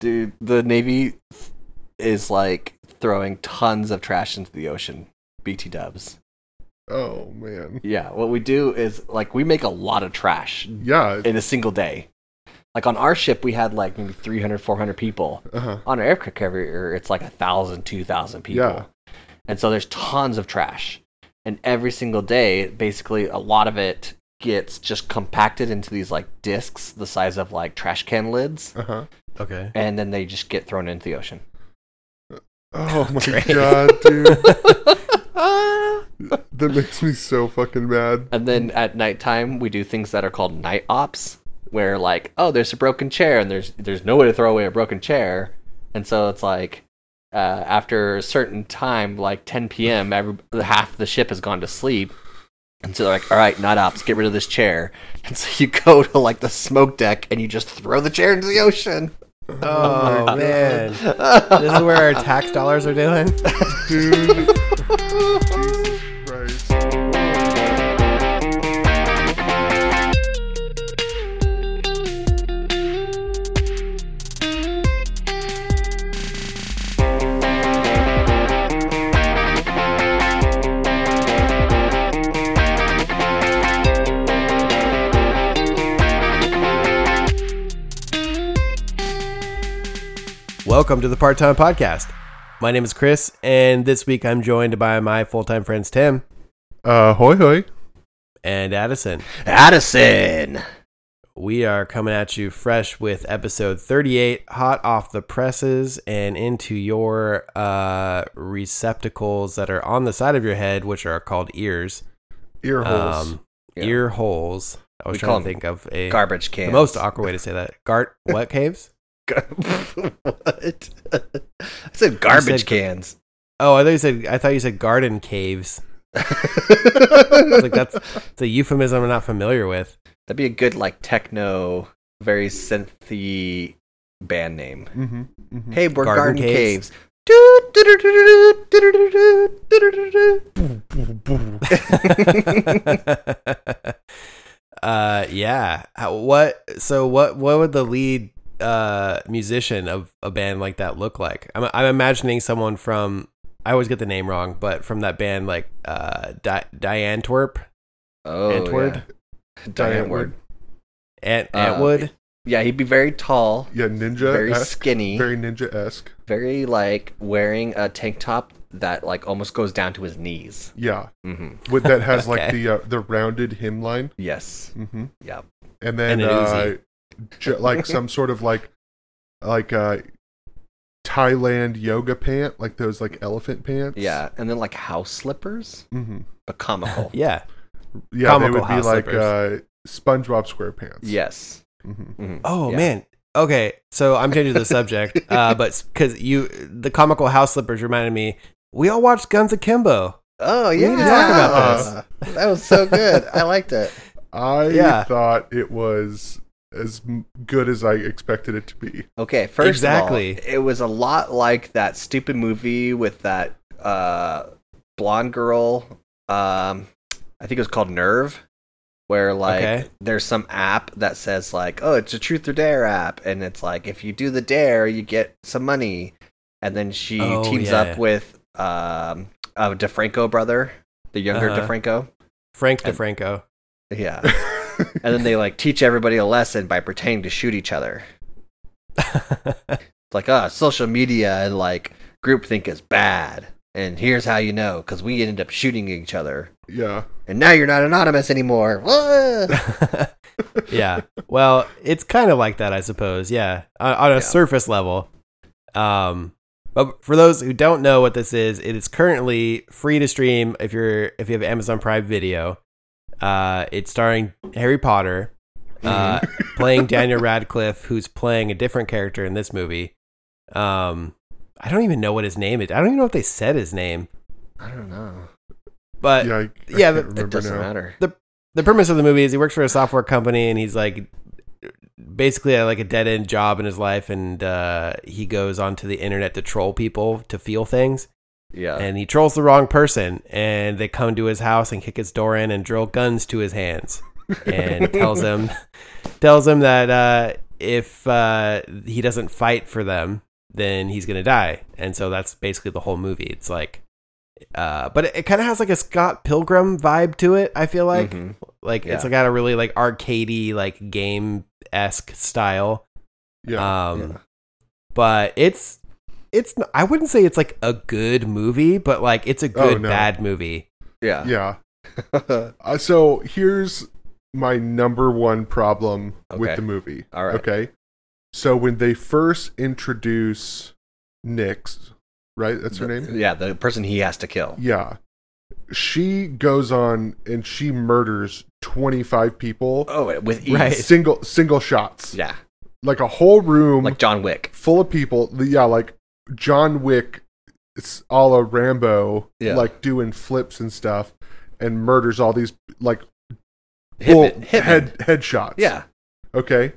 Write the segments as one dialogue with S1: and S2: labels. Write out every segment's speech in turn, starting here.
S1: Dude, the Navy is like throwing tons of trash into the ocean. BT dubs.
S2: Oh man.
S1: Yeah, what we do is like we make a lot of trash
S2: Yeah.
S1: in a single day. Like on our ship, we had like maybe 300, 400 people.
S2: Uh-huh.
S1: On an aircraft carrier, it's like a thousand, two thousand people.
S2: Yeah.
S1: And so there's tons of trash. And every single day, basically, a lot of it gets just compacted into these like discs the size of like trash can lids.
S2: Uh-huh.
S3: Okay.
S1: And then they just get thrown into the ocean.
S2: Oh my
S3: Great.
S2: god, dude.
S3: Uh.
S2: That makes me so fucking mad.
S1: And then at nighttime, we do things that are called night ops, where like, oh, there's a broken chair, and there's there's no way to throw away a broken chair, and so it's like, uh, after a certain time, like 10 p.m., every half the ship has gone to sleep, and so they're like, all right, night ops, get rid of this chair, and so you go to like the smoke deck and you just throw the chair into the ocean.
S3: Oh,
S2: my
S3: man. This is where our tax dollars are doing.
S2: Dude. Jesus Christ.
S3: Welcome to the Part Time Podcast. My name is Chris, and this week I'm joined by my full time friends Tim
S2: Uh hoy hoy.
S3: and Addison.
S1: Addison,
S3: We are coming at you fresh with episode 38, hot off the presses and into your uh, receptacles that are on the side of your head, which are called ears.
S2: Ear holes.
S3: Um,
S1: Yeah.
S3: Ear holes. I was
S1: We call
S3: trying
S1: them
S3: to think of a
S1: garbage can.
S3: the most awkward way to say that. Gart what caves?
S1: what? I said garbage
S3: said-
S1: cans.
S3: Oh, I thought you said I thought you said garden caves. It's like
S1: That'd
S3: that's it's a euphemism I'm not familiar with.
S1: be a good like techno, very synthy band name.
S2: mm-hmm, mm-hmm.
S1: Hey, we're
S3: Garden
S1: Garden,
S3: Caves.
S1: Caves.
S3: uh yeah. How, what so what what would the lead uh musician of a band like that look like? I'm I'm imagining someone from I always get the name wrong, but from that band like uh Di- Diane Twerp,
S1: Oh,
S3: Antwoord,
S1: yeah. Diane Ward.
S3: Ant
S1: Uh,
S3: Antwood.
S1: Yeah, he'd be very tall,
S2: Yeah, ninja
S1: very
S2: esque.
S1: skinny,
S2: Very ninja esque.
S1: very like wearing a tank top that like almost goes down to his knees.
S2: Yeah.
S1: hmm
S2: With that has like
S3: Okay.
S2: the uh, the rounded hemline. line.
S1: Yes.
S2: Mm-hmm.
S1: Yep.
S2: And then
S3: And an
S2: uh,
S3: Uzi.
S2: j- like some sort of like like uh Thailand yoga pant, like those like elephant pants.
S1: Yeah, and then like house slippers,
S2: Mm-hmm.
S1: but comical.
S3: yeah.
S2: Yeah,
S3: Comical
S2: they would be
S3: house
S2: like uh
S3: slippers.
S2: SpongeBob SquarePants.
S1: yes.
S2: Mm-hmm.
S1: Mhm.
S3: Oh
S1: Yeah.
S3: man. Okay, so I'm changing the subject, uh, but because you, the comical house slippers reminded me, we all watched Guns Akimbo.
S1: Oh
S3: need
S1: yeah,
S3: to talk about
S1: this. that was so good. I liked it.
S2: I
S3: Yeah.
S2: thought it was as m- good as I expected it to be.
S1: Okay, first exactly.
S3: Exactly.
S1: it was a lot like that stupid movie with that uh, blonde girl. Um, I think it was called Nerve, where like
S3: Okay.
S1: there's some app that says like, oh, it's a truth or dare app, and it's like if you do the dare, you get some money, and then she
S3: Oh,
S1: teams
S3: yeah.
S1: up with um, a DeFranco brother, the younger
S3: Uh-huh.
S1: DeFranco.
S3: Frank
S1: And-
S3: DeFranco.
S1: Yeah. and then they like teach everybody a lesson by pretending to shoot each other. It's like, ah, social media and like groupthink is bad. And here's how you know, because we ended up shooting each other.
S2: Yeah.
S1: And now you're not anonymous anymore. Whoa!
S3: yeah. Well, it's kind of like that, I suppose. Yeah, on, on a
S1: Yeah.
S3: surface level. Um, but for those who don't know what this is, it is currently free to stream if you're if you have Amazon Prime Video. Uh, it's starring Harry Potter, uh, playing Daniel Radcliffe, who's playing a different character in this movie. Um, I don't even know what his name is. I don't even know if they said his name,
S1: I don't know.
S3: but
S2: yeah. I, I
S3: yeah,
S2: can't
S3: that-
S1: Uh, It
S2: remember
S1: doesn't
S2: now.
S1: matter.
S3: the premise of the movie is he works for a software company and he's like basically at like a dead end job in his life and uh, he goes onto the internet to troll people to feel things
S1: Yeah.
S3: and he trolls the wrong person and they come to his house and kick his door in and drill guns to his hands and tells him tells him that uh, if uh, he doesn't fight for them, then he's gonna die. And so that's basically the whole movie. It's like, uh, but it, it kind of has like a Scott Pilgrim vibe to it. I feel like
S1: Mhm.
S3: like it's
S1: Yeah.
S3: got a really like arcadey like game esque style.
S2: Yeah.
S1: Uh,
S3: um,
S2: yeah.
S3: but it's it's n- I wouldn't say it's like a good movie, but like it's a good
S2: Oh, no.
S3: bad movie.
S1: Yeah.
S2: yeah. Uh, so here's my number one problem
S1: Okay.
S2: with the movie.
S1: All right.
S2: Okay. So when they first introduce Nyx, right? That's her name?
S1: Yeah, the person he has to kill.
S2: Yeah. She goes on and she murders 25 people
S1: Oh, with ease.
S3: Right.
S2: single single shots.
S1: Yeah,
S2: Like a whole room
S1: like John Wick.
S2: full of people. Yeah, like John Wick it's a la Rambo,
S1: Yeah.
S2: like doing flips and stuff and murders all these like
S1: Hitman.
S2: full
S1: Hitman.
S2: head headshots.
S1: Yeah.
S2: Okay.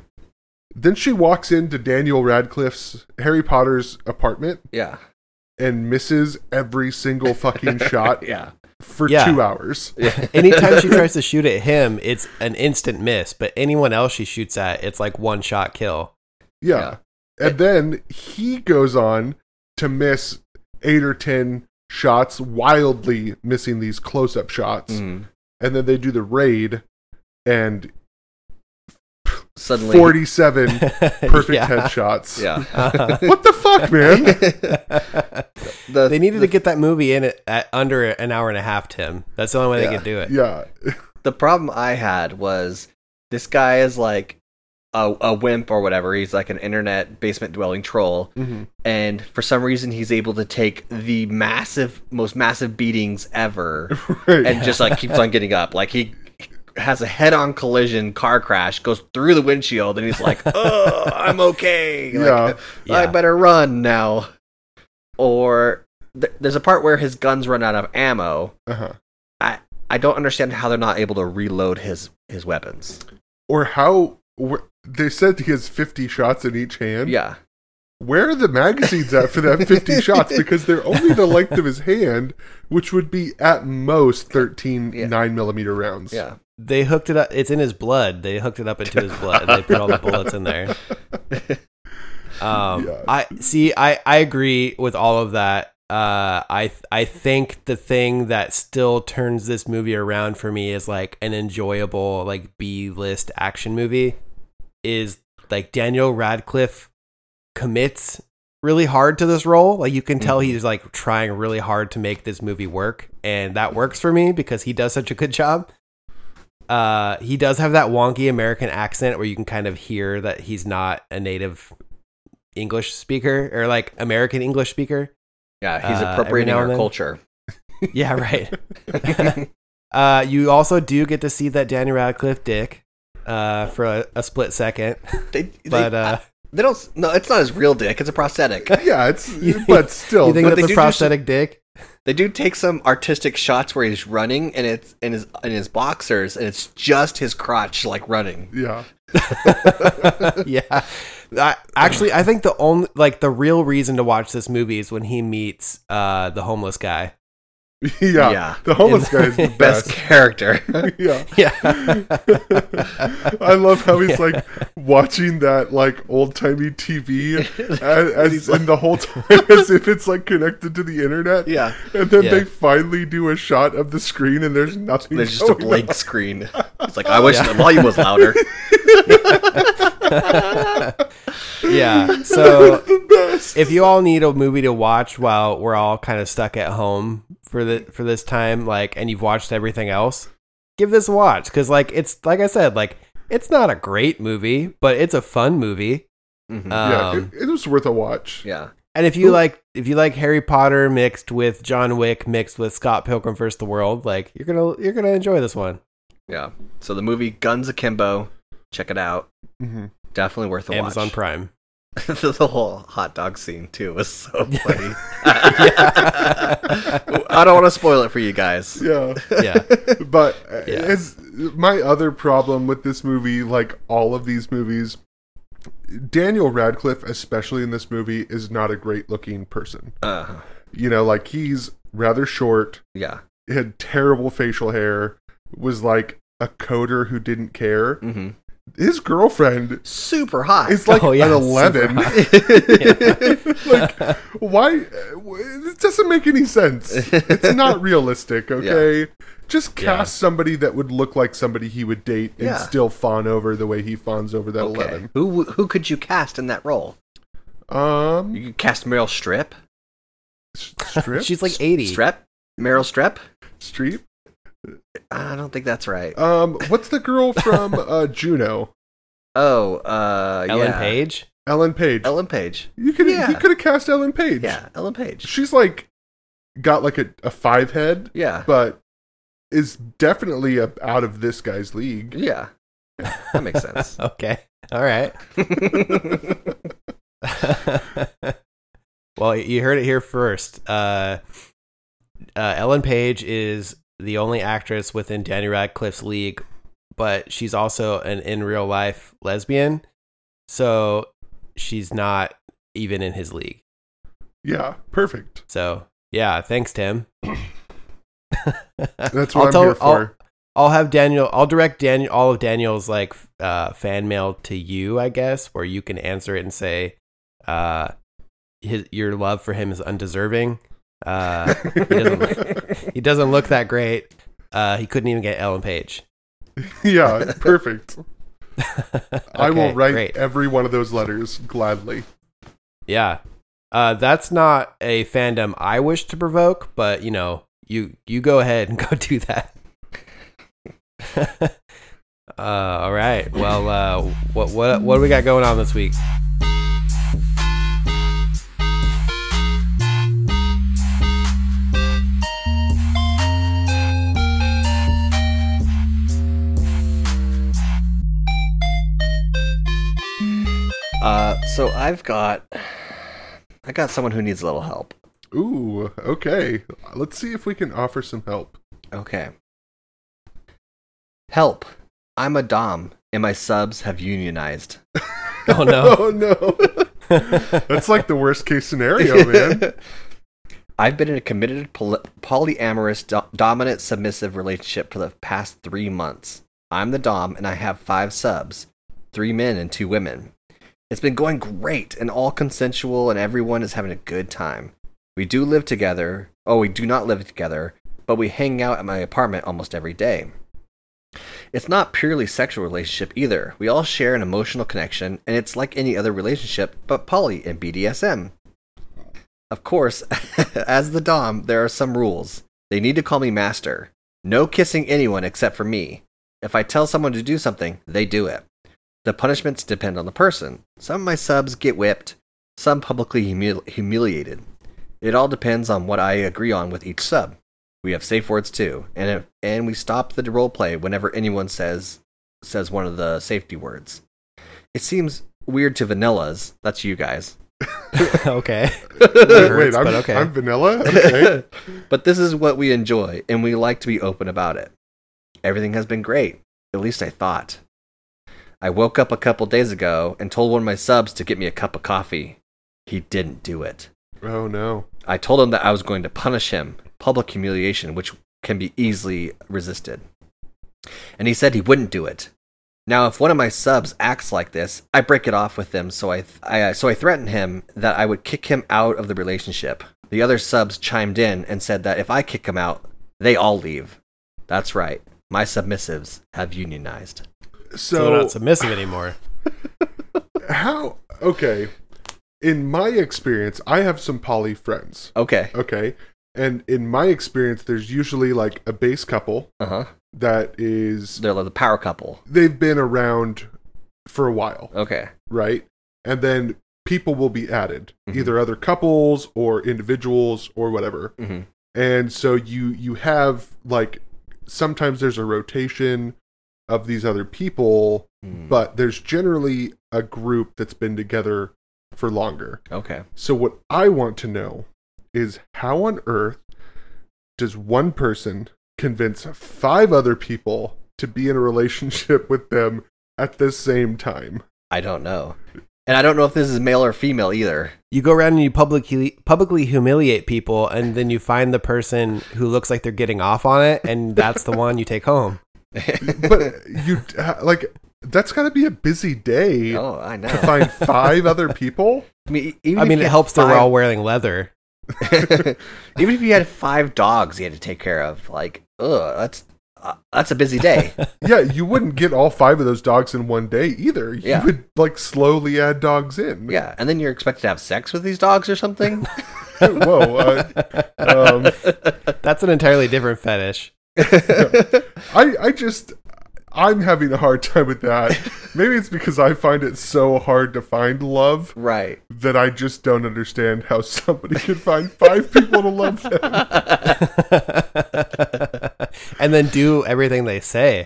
S2: Then she walks into Daniel Radcliffe's Harry Potter's apartment
S1: Yeah.
S2: and misses every single fucking shot
S1: Yeah.
S2: for
S3: Yeah.
S2: two hours.
S3: Anytime she tries to shoot at him, it's an instant miss. But anyone else she shoots at, it's like one shot kill.
S2: Yeah. And then he goes on to miss eight or 10 shots, wildly missing these close up shots.
S1: Mm.
S2: And then they do the raid and
S1: Suddenly.
S2: 47 perfect headshots.
S1: Yeah.
S2: What the fuck, man?
S1: The-
S3: they needed
S1: the,
S3: to get that movie in at, at under an hour and a half, Tim. That's the only way
S1: Yeah.
S3: they could do it.
S2: yeah.
S1: the problem I had was this guy is like a, a wimp or whatever. He's like an internet basement dwelling troll,
S2: Mhm.
S1: and for some reason he's able to take the massive, most massive beatings ever,
S2: Right.
S1: and just like keeps on getting up. Like he has a head-on collision car crash, goes through the windshield, and he's like, "Oh, I'm okay. Like,
S2: yeah.
S1: I
S3: Yeah.
S1: better run now." Or th- there's a part where his guns run out of ammo.
S2: Uh-huh.
S1: I don't understand how they're not able to reload his his weapons.
S2: Or how wh- they said he has 50 shots in each hand.
S1: Yeah.
S2: where are the magazines at for that 50 shots because they're only the length of his hand which would be at most 13
S1: Yeah.
S2: 9 millimeter rounds
S1: Yeah.
S3: They hooked it up. It's in his blood. They hooked it up into his blood. They put all the bullets in there. Um,
S2: Yeah.
S3: I see. I I agree with all of that. Uh, I th- I think the thing that still turns this movie around for me is like an enjoyable like B list action movie is like Daniel Radcliffe commits really hard to this role. Like you can tell
S1: Mhm.
S3: he's like trying really hard to make this movie work, and that works for me because he does such a good job. Uh, he does have that wonky American accent where you can kind of hear that he's not a native English speaker or like American English speaker.
S1: Yeah, he's
S3: Uh, every
S1: appropriating
S3: now
S1: our
S3: and then.
S1: culture.
S3: Yeah, right. uh, you also do get to see that Daniel Radcliffe dick uh, for a, a split second,
S1: They, they,
S3: but uh,
S1: they don't. No, it's not his real dick. It's a prosthetic.
S2: yeah it's
S3: You-
S2: but still
S3: you think
S1: but
S3: that's
S1: they do
S3: a
S1: do some-
S3: prosthetic dick?
S1: they do take some artistic shots where he's running, and it's in his in his boxers, and it's just his crotch like running.
S2: yeah
S3: yeah. I, actually, I think the only like the real reason to watch this movie is when he meets uh, the homeless guy.
S2: yeah
S1: Yeah.
S2: the homeless guy is the
S1: Best
S2: best
S1: character.
S2: yeah
S3: Yeah,
S2: i love how he's like watching that like old-timey tv as, as, and the whole time as if it's like connected to the internet
S1: yeah,
S2: and then
S3: Yeah.
S2: they finally do a shot of the screen and there's nothing
S1: there's just a
S2: going on.
S1: blank screen. It's like I wish
S3: Yeah.
S1: the volume was louder.
S3: yeah. So
S2: the best
S3: if you all need a movie to watch while we're all kind of stuck at home for the for this time, like, and you've watched everything else, give this a watch because, like, it's like I said, like, it's not a great movie, but it's a fun movie.
S1: Mhm.
S2: yeah,
S3: Um,
S2: it, it was worth a watch.
S1: yeah,
S3: And if you like, if you like Harry Potter mixed with John Wick mixed with Scott Pilgrim vs. the World, like you're gonna you're gonna enjoy this one.
S1: yeah. So the movie Guns Akimbo, check it out.
S2: Mm-hmm.
S1: Definitely worth a
S3: Amazon
S1: watch.
S3: Prime.
S1: the whole hot dog scene too was so funny.
S3: Yeah.
S1: I don't want to spoil it for you guys.
S2: Yeah,
S3: Yeah,
S2: but uh
S3: Yeah.
S2: as my other problem with this movie, like all of these movies, Daniel Radcliffe, especially in this movie, is not a great looking person.
S1: Uh,
S4: Uh-huh.
S2: You know, like he's rather short,
S1: yeah.
S2: had terrible facial hair, was like a coder who didn't care.
S1: hmm
S2: his girlfriend
S4: Mm-hmm. Super hot.
S2: is like
S3: Oh, yeah,
S2: an
S3: super
S2: 11.
S3: hot.
S2: like, why? uh, It doesn't make any sense. It's not realistic, okay? Just cast
S3: Yeah.
S2: somebody that would look like somebody he would date and
S4: Yeah.
S2: still fawn over the way he fawns over that
S4: okay.
S2: 11.
S4: Who who could you cast in that role?
S2: Um,
S4: You could cast Meryl Streep.
S2: s- strip?
S3: She's like 80.
S4: Strep. Meryl Streep.
S2: Streep?
S4: I don't think that's right.
S2: Um, what's the girl from uh, Juno?
S4: Oh, uh,
S3: Ellen
S4: yeah.
S3: Page?
S2: Ellen Page.
S4: Ellen Page.
S2: you could
S4: yeah.
S2: he could have cast Ellen Page.
S4: Yeah, Ellen Page.
S2: She's like got like a, a five head,
S4: Yeah,
S2: but is definitely a, out of this guy's league.
S4: yeah. That makes sense.
S3: Okay. All right. well, you heard it here first. Uh, uh, Ellen Page is the only actress within Danny Radcliffe's league, but she's also an in real life lesbian. So she's not even in his league.
S2: Yeah, perfect.
S3: So yeah, thanks, Tim.
S2: That's
S3: I'll
S2: what i
S3: tell-
S2: am here for.
S3: I'll have Daniel. I'll direct Daniel all of Daniel's like f- uh, fan mail to you, I guess, where you can answer it and say, uh, his, "Your love for him is undeserving. Uh, he, doesn't, he doesn't look that great. Uh, he couldn't even get Ellen Page."
S2: yeah, perfect. I will
S3: Okay,
S2: write
S3: great.
S2: every one of those letters gladly.
S3: Yeah, uh, that's not a fandom I wish to provoke, but you know, you you go ahead and go do that. uh, all right. Well, uh, what what what do we got going on this week?
S1: Uh, so I've got, I got someone who needs a little help.
S2: Ooh, okay. Let's see if we can offer some help.
S1: Okay. Help! I'm a dom, and my subs have unionized.
S3: Oh no.
S2: Oh no. That's like the worst case scenario, man.
S1: I've been in a committed poly- polyamorous do- dominant submissive relationship for the past three months. I'm the dom, and I have five subs, three men and two women. It's been going great, and all consensual, and everyone is having a good time. We do live together. Oh, we do not live together, but we hang out at my apartment almost every day. It's not purely sexual relationship either. We all share an emotional connection, and it's like any other relationship, but poly and BDSM. Of course, as the dom, there are some rules. They need to call me master. No kissing anyone except for me. If I tell someone to do something, they do it. The punishments depend on the person. Some of my subs get whipped, some publicly humil- humiliated. It all depends on what I agree on with each sub. We have safe words too, and if, and we stop the role play whenever anyone says says one of the safety words. It seems weird to vanillas. That's you guys.
S3: okay.
S2: Wait,
S3: hurts,
S2: I'm,
S3: but okay.
S2: I'm vanilla? Okay.
S1: but this is what we enjoy, and we like to be open about it. Everything has been great, at least I thought. I woke up a couple days ago and told one of my subs to get me a cup of coffee. He didn't do it.
S2: oh no.
S1: I told him that I was going to punish him, public humiliation, which can be easily resisted. And he said he wouldn't do it. Now, if one of my subs acts like this, I break it off with them. So I, th- I uh, so I threatened him that I would kick him out of the relationship. The other subs chimed in and said that if I kick him out, they all leave. That's right. My submissives have unionized.
S3: So
S2: So,
S3: we're not submissive anymore.
S2: how okay. In my experience, I have some poly friends.
S1: Okay.
S2: Okay. And in my experience, there's usually like a base couple
S1: Uh huh.
S2: that is
S1: They're like the power couple.
S2: they've been around for a while.
S1: Okay.
S2: right? And then people will be added, either other couples or individuals or whatever.
S1: Mhm.
S2: And so you you have like sometimes there's a rotation of these other people,
S1: Mm.
S2: but there's generally a group that's been together for longer.
S1: Okay.
S2: So what I want to know is how on earth does one person convince five other people to be in a relationship with them at the same time?
S1: I don't know. And I don't know if this is male or female either.
S3: You go around and you publicly publicly humiliate people, and then you find the person who looks like they're getting off on it, and that's the one you take home.
S2: but you uh, like That's got to be a busy day
S1: Oh, I know.
S2: to find five other people.
S1: I mean, e-, even
S3: I
S1: if
S3: mean,
S1: you
S3: it
S1: had
S3: helps that
S1: five,
S3: we're all wearing leather.
S1: even if you had five dogs you had to take care of, like, ugh, that's uh, that's a busy day.
S2: Yeah, you wouldn't get all five of those dogs in one day either. You
S1: Yeah.
S2: would like slowly add dogs in.
S1: yeah, and then you're expected to have sex with these dogs or something.
S2: Whoa. Uh, um,
S3: That's an entirely different fetish.
S2: I, I just I'm having a hard time with that. Maybe it's because I find it so hard to find love
S1: right.
S2: that I just don't understand how somebody could find five people to love them.
S3: and then do everything they say.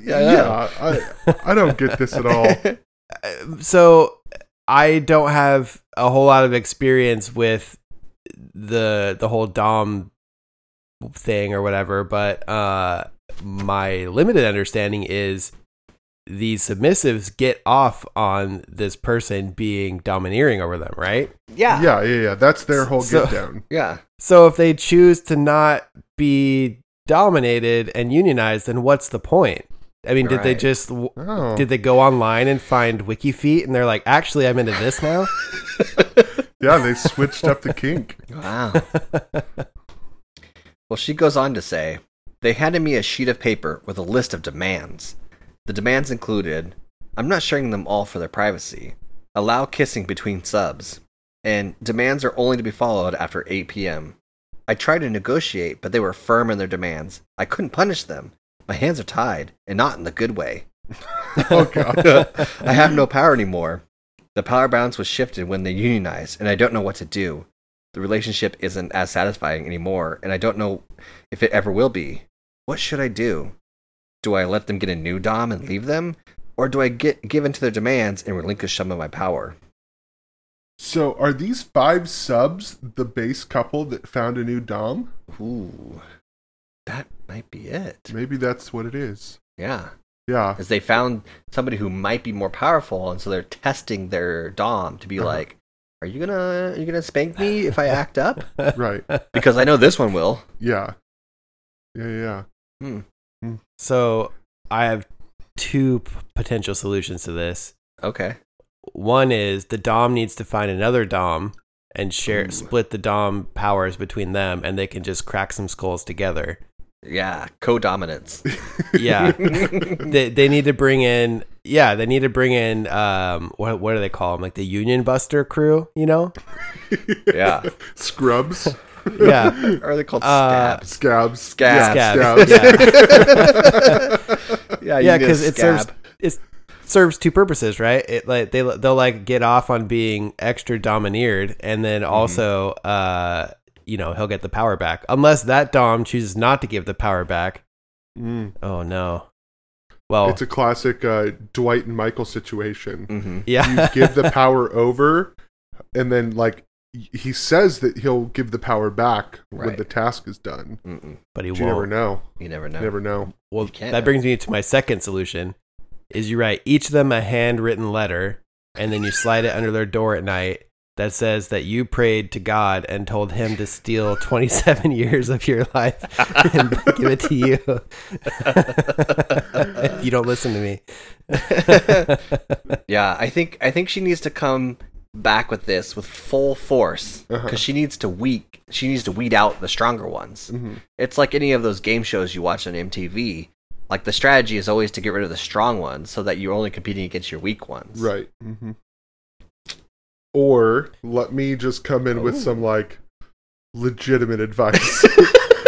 S2: Yeah, I, I don't get this at all.
S3: so I don't have a whole lot of experience with the the whole Dom thing or whatever, but uh my limited understanding is the submissives get off on this person being domineering over them, right?
S1: Yeah.
S2: Yeah, yeah, yeah. That's their whole
S3: So-
S2: get down.
S1: Yeah.
S3: So if they choose to not be dominated and unionized, then what's the point? I mean, did they
S1: Right.
S3: just w-
S2: Oh.
S3: did they go online and find wiki feet and they're like, actually, I'm into this now?
S2: Yeah, they switched up the kink.
S1: Wow. well, she goes on to say, They handed me a sheet of paper with a list of demands. The demands included I'm not sharing them all for their privacy, allow kissing between subs, and demands are only to be followed after 8 p.m. I tried to negotiate, but they were firm in their demands. I couldn't punish them. My hands are tied, and not in the good way.
S2: Oh god.
S1: I have no power anymore. The power balance was shifted when they unionized, and I don't know what to do. The relationship isn't as satisfying anymore, and I don't know if it ever will be. What should I do? Do I let them get a new dom and leave them, or do I get give in to their demands and relinquish some of my power?
S2: So are these five subs the base couple that found a new dom?
S1: Ooh, that might be it.
S2: Maybe that's what it is.
S1: Yeah,
S2: Yeah.
S1: because they found somebody who might be more powerful, and so they're testing their dom to be
S2: Uh-huh.
S1: like, "Are you gonna are you gonna spank me if I act up?
S2: Right.
S1: Because I know this one will."
S2: Yeah. Yeah, yeah.
S3: So I have two p- potential solutions to this.
S1: Okay.
S3: One is the Dom needs to find another Dom and share
S2: Ooh.
S3: split the Dom powers between them and they can just crack some skulls together.
S1: Yeah. Co-dominance.
S3: Yeah. they they need to bring in yeah, they need to bring in um what what do they call them? Like the Union Buster crew, you know?
S1: yeah.
S2: Scrubs.
S3: Yeah.
S1: Or are they called
S3: Uh,
S1: scabs?
S2: Scabs.
S1: Scabs.
S2: Scabs.
S3: Yeah.
S1: Yeah.
S3: yeah, because it serves it serves two purposes, right? It like they they'll like get off on being extra domineered, and then
S2: Mm-hmm.
S3: also, uh, you know, he'll get the power back unless that dom chooses not to give the power back.
S2: Mm.
S3: Oh no! Well,
S2: It's a classic uh, Dwight and Michael situation.
S1: Mm-hmm.
S3: yeah,
S2: Give the power over, and then like y- he says that he'll give the power back when
S1: Right.
S2: the task is done.
S1: Mm-mm.
S3: but he
S2: But
S3: won't.
S2: you never know.
S1: You never know.
S2: Never know.
S3: Well,
S1: can't.
S3: that brings me to my second solution: is you write each of them a handwritten letter, and then you slide it under their door at night. That says that you prayed to God and told Him to steal 27 years of your life and give it to you. if you don't listen to me.
S1: Yeah. I think I think she needs to come back with this with full force because
S2: Uh-huh.
S1: she needs to weak she needs to weed out the stronger ones.
S2: Mhm.
S1: It's like any of those game shows you watch on MTV. Like the strategy is always to get rid of the strong ones so that you're only competing against your weak ones.
S2: Right. hmm Or let me just come in with some like legitimate advice.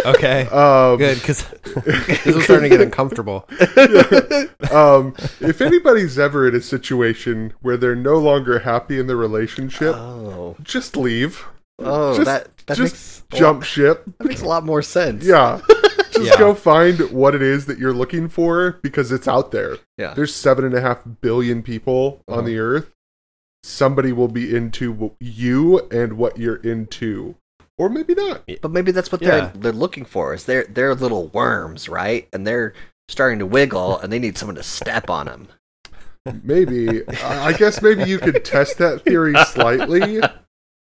S3: Okay.
S2: um,
S3: Good, because this is starting to get uncomfortable.
S2: um, if anybody's ever in a situation where they're no longer happy in the relationship,
S1: Oh.
S2: just leave.
S1: Oh,
S2: Just-
S1: that that
S2: just
S1: makes
S2: jump ship.
S1: That makes a lot more sense.
S2: Yeah. Just
S3: Yeah.
S2: go find what it is that you're looking for because it's out there.
S1: Yeah.
S2: There's seven and a half billion people on
S1: Uh-huh.
S2: the earth. Somebody will be into w- you and what you're into, or maybe not.
S1: But maybe that's what
S3: Yeah.
S1: they're they're looking for. Is they're they're little worms, right? And they're starting to wiggle, and they need someone to step on them.
S2: Maybe I I guess maybe you could test that theory slightly,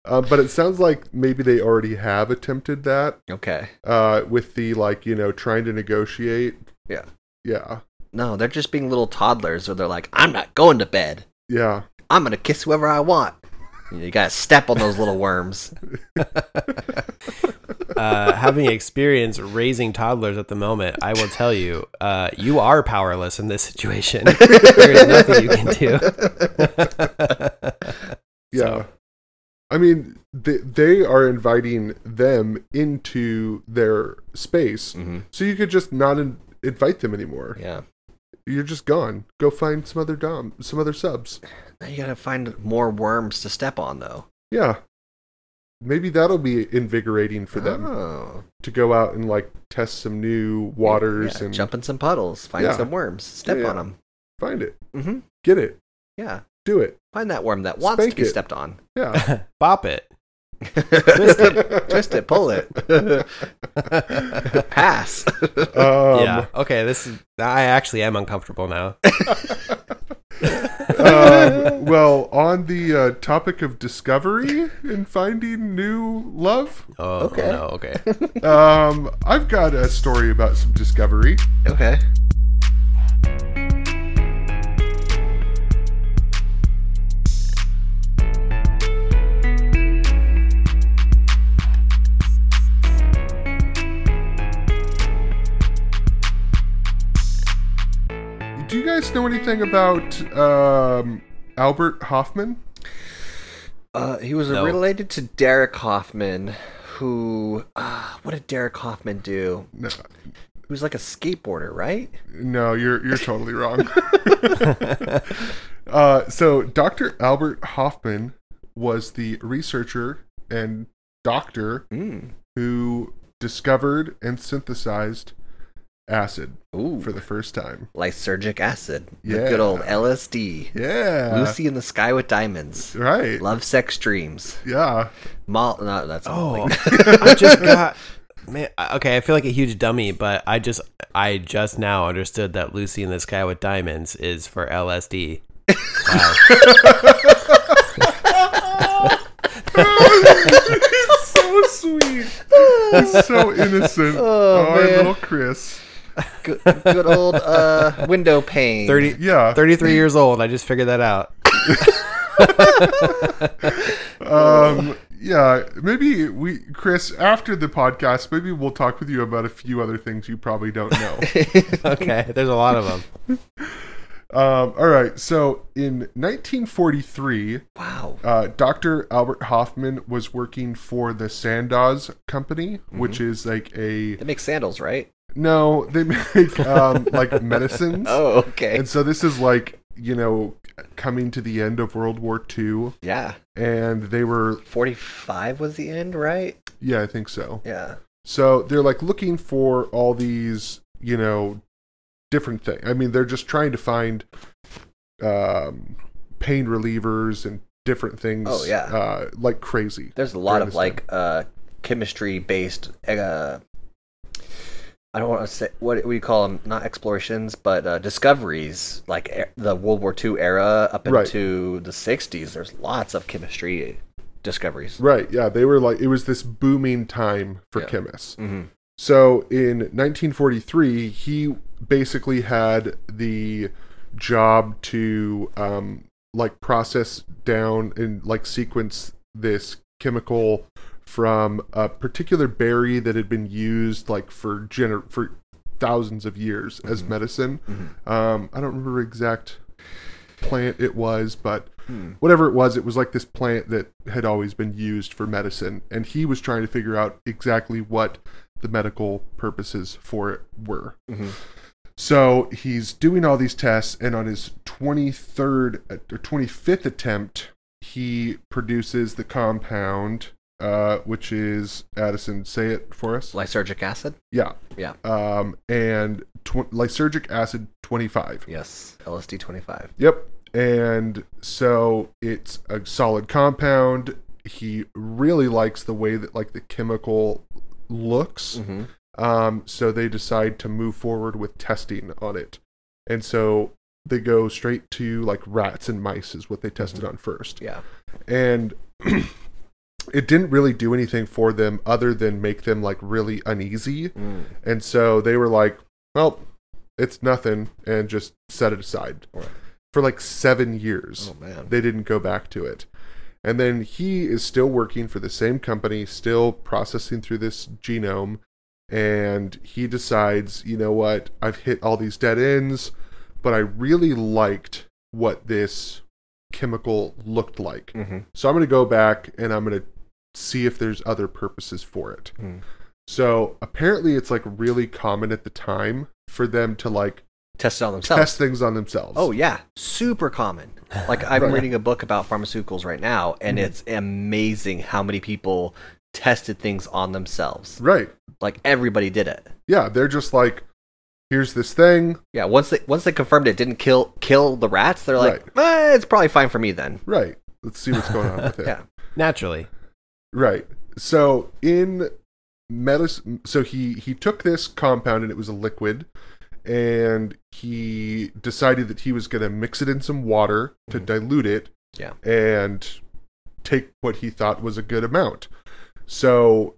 S2: uh, but it sounds like maybe they already have attempted that
S1: Okay.
S2: uh, with the like you know trying to negotiate.
S1: Yeah.
S2: Yeah.
S1: No, they're just being little toddlers where they're like, I'm not going to bed.
S2: Yeah.
S1: I'm going to kiss whoever I want. You got to step on those little worms.
S3: uh, having experience raising toddlers at the moment, I will tell you, uh, you are powerless in this situation. there is nothing you can do.
S2: Yeah. I mean, they, they are inviting them into their space.
S1: Mhm.
S2: So you could just not in- invite them anymore.
S1: Yeah.
S2: You're just gone. Go find some other dom, some other subs.
S1: Now you got to find more worms to step on, though.
S2: Yeah. Maybe that'll be invigorating for them
S1: Oh.
S2: to go out and like test some new waters
S1: Yeah,
S2: and
S1: Jump in some puddles, find
S2: Yeah.
S1: some worms, step
S2: Yeah, yeah.
S1: on them.
S2: find it.
S1: Mm-hmm.
S2: Get it.
S1: Yeah.
S2: Do it.
S1: Find that worm that wants
S2: Spank
S1: to be
S2: it.
S1: stepped on.
S2: Yeah.
S3: Bop it.
S1: Twist it, twist it, pull it, pass.
S2: Um,
S3: yeah. Okay. This is. I actually am uncomfortable now.
S2: uh, well, on the uh, topic of discovery and finding new love,
S3: Oh
S1: Okay.
S3: no. Okay.
S2: um, I've got a story about some discovery.
S1: Okay.
S2: Do you guys know anything about um, Albert Hoffman?
S1: Uh, he was
S3: No.
S1: related to Derek Hoffman, who. Uh, what did Derek Hoffman do?
S2: No,
S1: He was like a skateboarder, right?
S2: no you're you're totally wrong. uh, so, Dr. Albert Hoffman was the researcher and doctor
S1: Mm.
S2: who discovered and synthesized acid
S1: Ooh.
S2: for the first time.
S1: Lysergic acid. The
S2: Yeah.
S1: good old LSD.
S2: Yeah.
S1: Lucy in the Sky with Diamonds.
S2: Right.
S1: Love, sex, dreams.
S2: Yeah.
S1: Mol. No, that's all.
S3: Oh, I just got man. I- Okay, I feel like a huge dummy, but I just I just now understood that Lucy in the Sky with Diamonds is for LSD. Wow.
S2: He's so sweet. He's so innocent.
S1: Oh,
S2: Oh, our
S1: man.
S2: little Chris.
S1: good, good old uh, window pane.
S3: 30,
S2: Yeah.
S3: 33 years old. I just figured that out.
S2: Um, yeah. Maybe we, Chris, after the podcast, maybe we'll talk with you about a few other things you probably don't know.
S3: Okay, there's a lot of them.
S2: um, all right. So in 1943,
S1: Wow.
S2: uh, Dr. Albert Hoffman was working for the Sandoz Company,
S1: Mm-hmm.
S2: which is like a
S1: They make sandals, right?
S2: no, they make um, like medicines.
S1: Oh, okay.
S2: And so this is like, you know, coming to the end of World War II.
S1: yeah.
S2: And they were,
S1: 45 was the end, right?
S2: yeah, I think so.
S1: Yeah.
S2: So they're like looking for all these, you know, different things. I mean, they're just trying to find um, pain relievers and different things.
S1: Oh, yeah.
S2: Uh, like crazy.
S1: There's a lot
S2: During
S1: of
S2: this
S1: like uh, chemistry based. Uh, I don't want to say what we call them, not explorations, but uh, discoveries. Like e- the World War II era up
S2: Right.
S1: into the 60s. There's lots of chemistry discoveries.
S2: Right. Yeah. They were like, it was this booming time for
S1: Yeah.
S2: chemists.
S1: Mm-hmm.
S2: So in 1943, he basically had the job to um, like process down and like sequence this chemical from a particular berry that had been used like for gener- for thousands of years as medicine. Um, I don't remember exact plant it was, but whatever it was, it was like this plant that had always been used for medicine, and he was trying to figure out exactly what the medical purposes for it were.
S1: Mhm.
S2: So he's doing all these tests, and on his 23rd at- or 25th attempt, he produces the compound, uh, which is Addison. Say it for us.
S1: Lysergic acid?
S2: Yeah.
S1: Yeah.
S2: Um, and tw- lysergic acid 25.
S1: Yes. LSD 25.
S2: Yep. And so it's a solid compound. He really likes the way that like the chemical looks.
S1: Mm-hmm.
S2: Um, so they decide to move forward with testing on it. And so they go straight to like rats and mice is what they tested on first.
S1: Yeah.
S2: And it didn't really do anything for them other than make them like really uneasy.
S1: Mm.
S2: And so they were like, well, it's nothing, and just set it aside for like seven years.
S1: Oh man.
S2: They didn't go back to it. And then he is still working for the same company, still processing through this genome. And he decides, you know what? I've hit all these dead ends, but I really liked what this chemical looked like.
S1: Mm-hmm.
S2: So I'm going to go back and I'm going to see if there's other purposes for it.
S1: Hmm.
S2: So apparently, it's like really common at the time for them to like
S1: Test it on themselves.
S2: test things on themselves.
S1: Oh yeah, super common. Like I'm
S2: Right.
S1: reading a book about pharmaceuticals right now, and
S2: Mhm.
S1: it's amazing how many people tested things on themselves.
S2: right.
S1: Like everybody did it.
S2: Yeah, they're just like, here's this thing.
S1: Yeah, once they once they confirmed it didn't kill kill the rats, they're like, "Eh, it's probably fine for me then.
S2: Right. Let's see what's going on with it.
S1: Yeah.
S3: Naturally.
S2: Right. So in medicine, so he he took this compound and it was a liquid, and he decided that he was going to mix it in some water to dilute it.
S1: Mm-hmm. Yeah.
S2: And take what he thought was a good amount. So.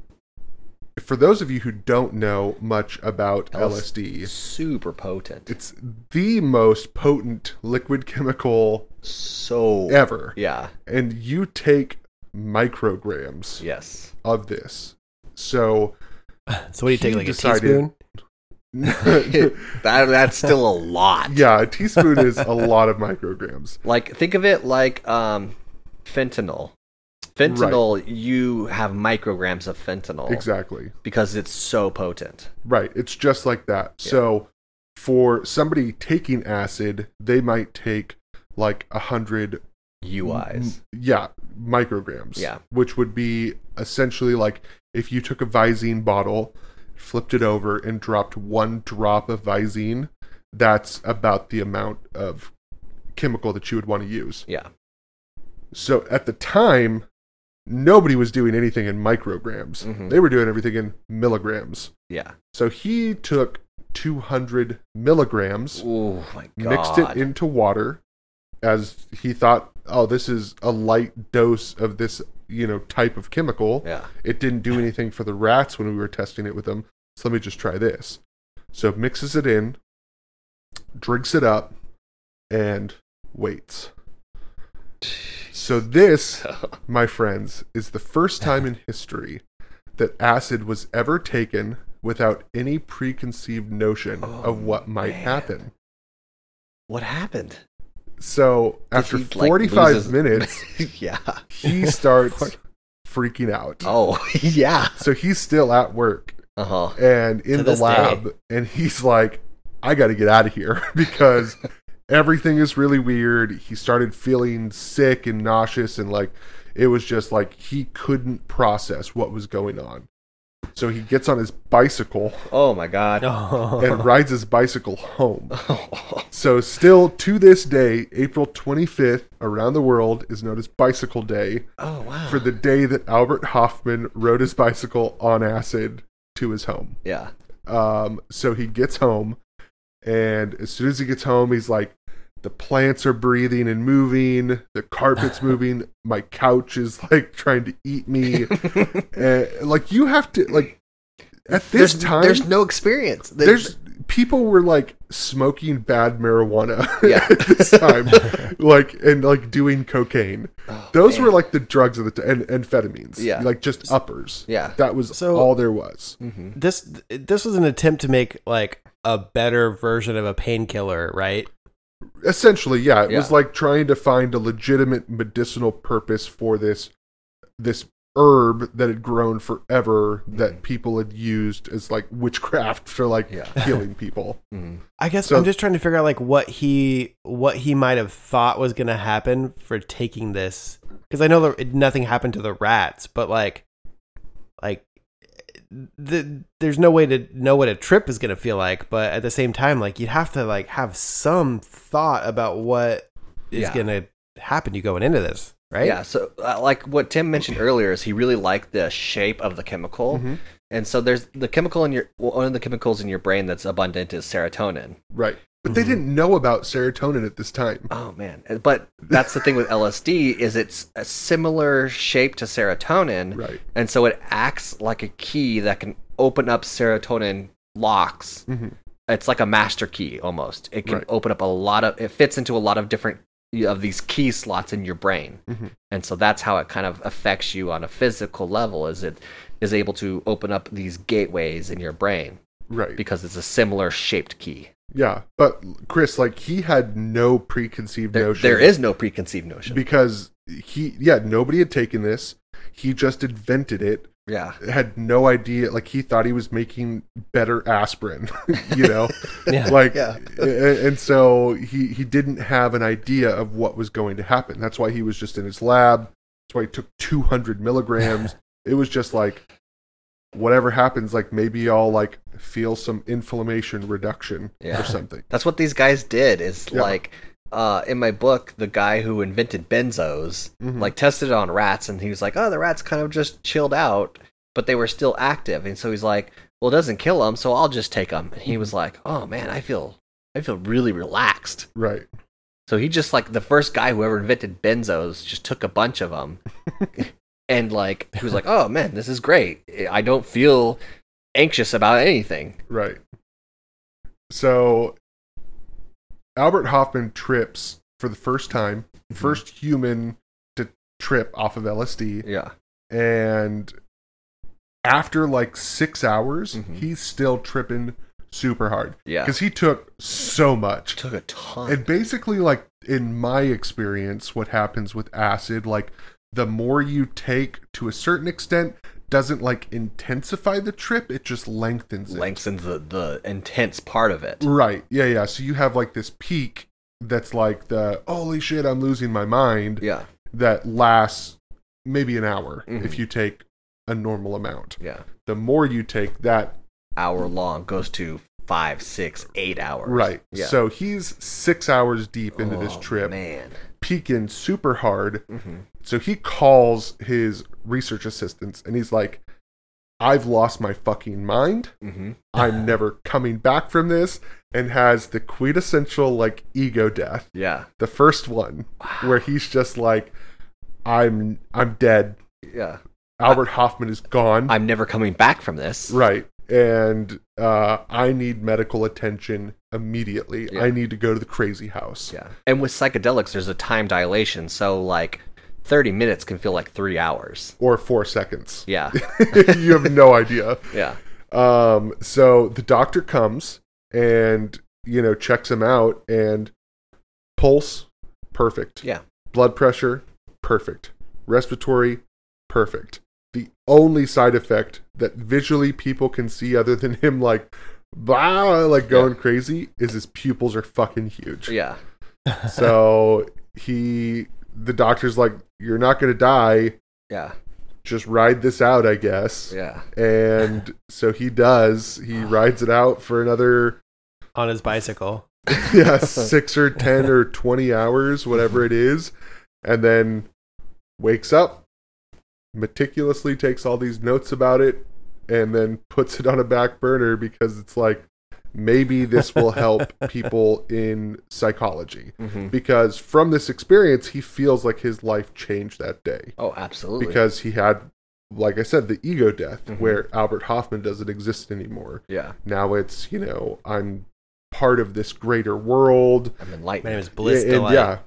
S2: For those of you who don't know much about LSD,
S1: Super potent.
S2: it's the most potent liquid chemical
S1: so
S2: ever.
S1: yeah.
S2: And you take micrograms
S1: Yes.
S2: of this. So
S3: So what do you take,
S2: He
S3: like
S2: decided-
S3: a teaspoon?
S2: yeah,
S1: that, that's still a lot.
S2: a teaspoon is a lot of micrograms.
S1: Like think of it like um fentanyl. Fentanyl, you have micrograms of fentanyl
S2: Exactly.
S1: because it's so potent.
S2: Right. It's just like that. So for somebody taking acid, they might take like a hundred
S1: UIs.
S2: yeah, micrograms.
S1: Yeah.
S2: Which would be essentially like if you took a Visine bottle, flipped it over, and dropped one drop of Visine, that's about the amount of chemical that you would want to use.
S1: Yeah.
S2: So at the time, nobody was doing anything in micrograms.
S1: Mhm.
S2: They were doing everything in milligrams.
S1: Yeah.
S2: So he took 200 milligrams,
S1: Oh my god.
S2: mixed it into water as he thought, oh, this is a light dose of this, you know, type of chemical.
S1: Yeah.
S2: It didn't do anything for the rats when we were testing it with them. So let me just try this. So mixes it in, drinks it up, and waits. So this, my friends, is the first time in history that acid was ever taken without any preconceived notion
S1: Oh,
S2: of what might
S1: man.
S2: happen.
S1: What happened?
S2: So
S1: Did
S2: after
S1: he, like, lose
S2: 45
S1: his-
S2: minutes,
S1: yeah.
S2: he starts freaking out.
S1: Oh yeah.
S2: So he's still at work
S1: Uh huh.
S2: and in the
S3: this day.
S2: lab and he's like i gotta get out of here because everything is really weird he started feeling sick and nauseous and like it was just like he couldn't process what was going on so he gets on his bicycle
S1: Oh my god.
S2: and rides his bicycle home
S1: Oh.
S2: so still to this day april 25th around the world is known as bicycle day
S1: wow.
S2: for the day that albert hoffman rode his bicycle on acid to his home
S1: yeah.
S2: um, so he gets home, and as soon as he gets home, he's like, the plants are breathing and moving, the carpet's moving, my couch is like trying to eat me. and, like you have to like at this
S1: there's,
S2: time
S1: there's no experience. There-
S2: there's people were like smoking bad marijuana
S1: Yeah.
S2: at this time like and like doing cocaine
S1: Oh,
S2: those
S1: man.
S2: were like the drugs of the t- and amphetamines
S1: Yeah.
S2: like just uppers
S1: yeah.
S2: that was
S3: So-
S2: all there was
S1: Mm-hmm.
S3: this this was an attempt to make like a better version of a painkiller, right?
S2: essentially yeah it was
S1: Yeah.
S2: like trying to find a legitimate medicinal purpose for this this herb that had grown forever that people had used as like witchcraft for like
S1: Mm-hmm. Yeah.
S2: healing people
S1: hmm
S3: I guess
S2: So-
S3: I'm just trying to figure out like what he what he might have thought was going to happen for taking this because I know that it- nothing happened to the rats, but like like the, there's no way to know what a trip is going to feel like, but at the same time, like you'd have to like have some thought about what is
S1: Yeah.
S3: going to happen you going into this, right?
S1: Yeah. So, uh, like what Tim mentioned earlier, is he really liked the shape of the chemical,
S2: Mhm.
S1: and so there's the chemical in your well, one of the chemicals in your brain that's abundant is serotonin.
S2: right but they
S1: Mm-hmm.
S3: Mhm.
S2: didn't know about serotonin at this time
S1: Oh man! But that's the thing with LSD is it's a similar shape to serotonin,
S2: right
S1: and so it acts like a key that can open up serotonin locks
S2: Mhm.
S1: it's like a master key almost. It can
S2: Right.
S1: open up a lot of it fits into a lot of different of these key slots in your brain.
S2: Mhm.
S1: And so that's how it kind of affects you on a physical level is it is able to open up these gateways in your brain
S2: Right.
S1: because it's a similar shaped key.
S2: yeah. But Chris, like, he had no preconceived
S1: There,
S2: notion.
S1: there is no preconceived notion.
S2: Because he, yeah, nobody had taken this. He just invented it
S1: yeah.
S2: had no idea like he thought he was making better aspirin you know
S3: Yeah.
S2: like
S1: Yeah.
S2: a- a- and so he he didn't have an idea of what was going to happen that's why he was just in his lab that's why he took 200 milligrams it was just like whatever happens like maybe i'll like feel some inflammation reduction
S1: Yeah.
S2: or something
S1: That's what these guys did. Is
S2: Yeah.
S1: like uh, in my book, the guy who invented benzos
S2: Mhm.
S1: like tested it on rats, and he was like, "Oh, the rats kind of just chilled out, but they were still active." And so he's like, "Well, it doesn't kill them, so I'll just take them." And he
S2: Hmm.
S1: was like, "Oh man, I feel I feel really relaxed."
S2: right
S1: So he just like the first guy who ever invented benzos just took a bunch of them, and like he was like, "Oh man, this is great. I don't feel anxious about anything."
S2: Right. So Albert Hoffman trips for the first time,
S1: Mm-hmm.
S2: first human to trip off of LSD.
S1: Yeah.
S2: And after like six hours,
S1: Mhm.
S2: he's still tripping super hard
S1: Yeah.
S2: because he took so much.
S1: Took a ton.
S2: And basically, like in my experience, what happens with acid, like the more you take to a certain extent, doesn't like intensify the trip, it just lengthens it.
S1: lengthens the, the intense part of it.
S2: Right. Yeah, yeah. So you have like this peak that's like the holy shit, I'm losing my mind
S1: Yeah,
S2: that lasts maybe an hour
S1: Mhm.
S2: if you take a normal amount.
S1: yeah.
S2: The more you take that,
S1: Hour long goes to five, six, eight hours.
S2: right.
S1: Yeah.
S2: So he's six hours deep into this
S1: Oh,
S2: trip,
S1: man.
S2: peaking super hard.
S1: hmm
S2: So he calls his research assistants and he's like, I've lost my fucking mind.
S1: hmm
S2: I'm never coming back from this. And has the quintessential like ego death.
S1: Yeah,
S2: the first one where he's just like i'm i'm dead
S1: yeah.
S2: albert hoffman is gone
S1: I'm never coming back from this.
S2: right and uh, i need medical attention immediately
S1: Yeah.
S2: i need to go to the crazy house
S1: Yeah. And with psychedelics, there's a time dilation, so like 30 minutes can feel like three hours.
S2: or four seconds
S1: Yeah,
S2: you have no idea
S1: yeah.
S2: um, so the doctor comes and you know checks him out and pulse perfect
S1: Yeah.
S2: blood pressure perfect respiratory perfect the only side effect that visually people can see other than him like blah like going crazy is his pupils are fucking huge
S1: Yeah.
S2: so he the doctor's like you're not gonna die
S1: Yeah.
S2: just ride this out i guess
S1: Yeah.
S2: and so he does he rides it out for another
S3: on his bicycle.
S2: yeah six or ten or 20 hours whatever it is and then wakes up meticulously takes all these notes about it and then puts it on a back burner because it's like maybe this will help people in psychology
S1: hmm
S2: because from this experience he feels like his life changed that day
S1: Oh, absolutely.
S2: because he had like i said the ego death
S1: Mhm.
S2: where albert hoffman doesn't exist anymore
S1: yeah,
S2: now it's you know i'm part of this greater world
S1: I'm
S3: My
S1: enlightened.
S3: name is Bliss
S2: and,
S3: Delight.
S2: yeah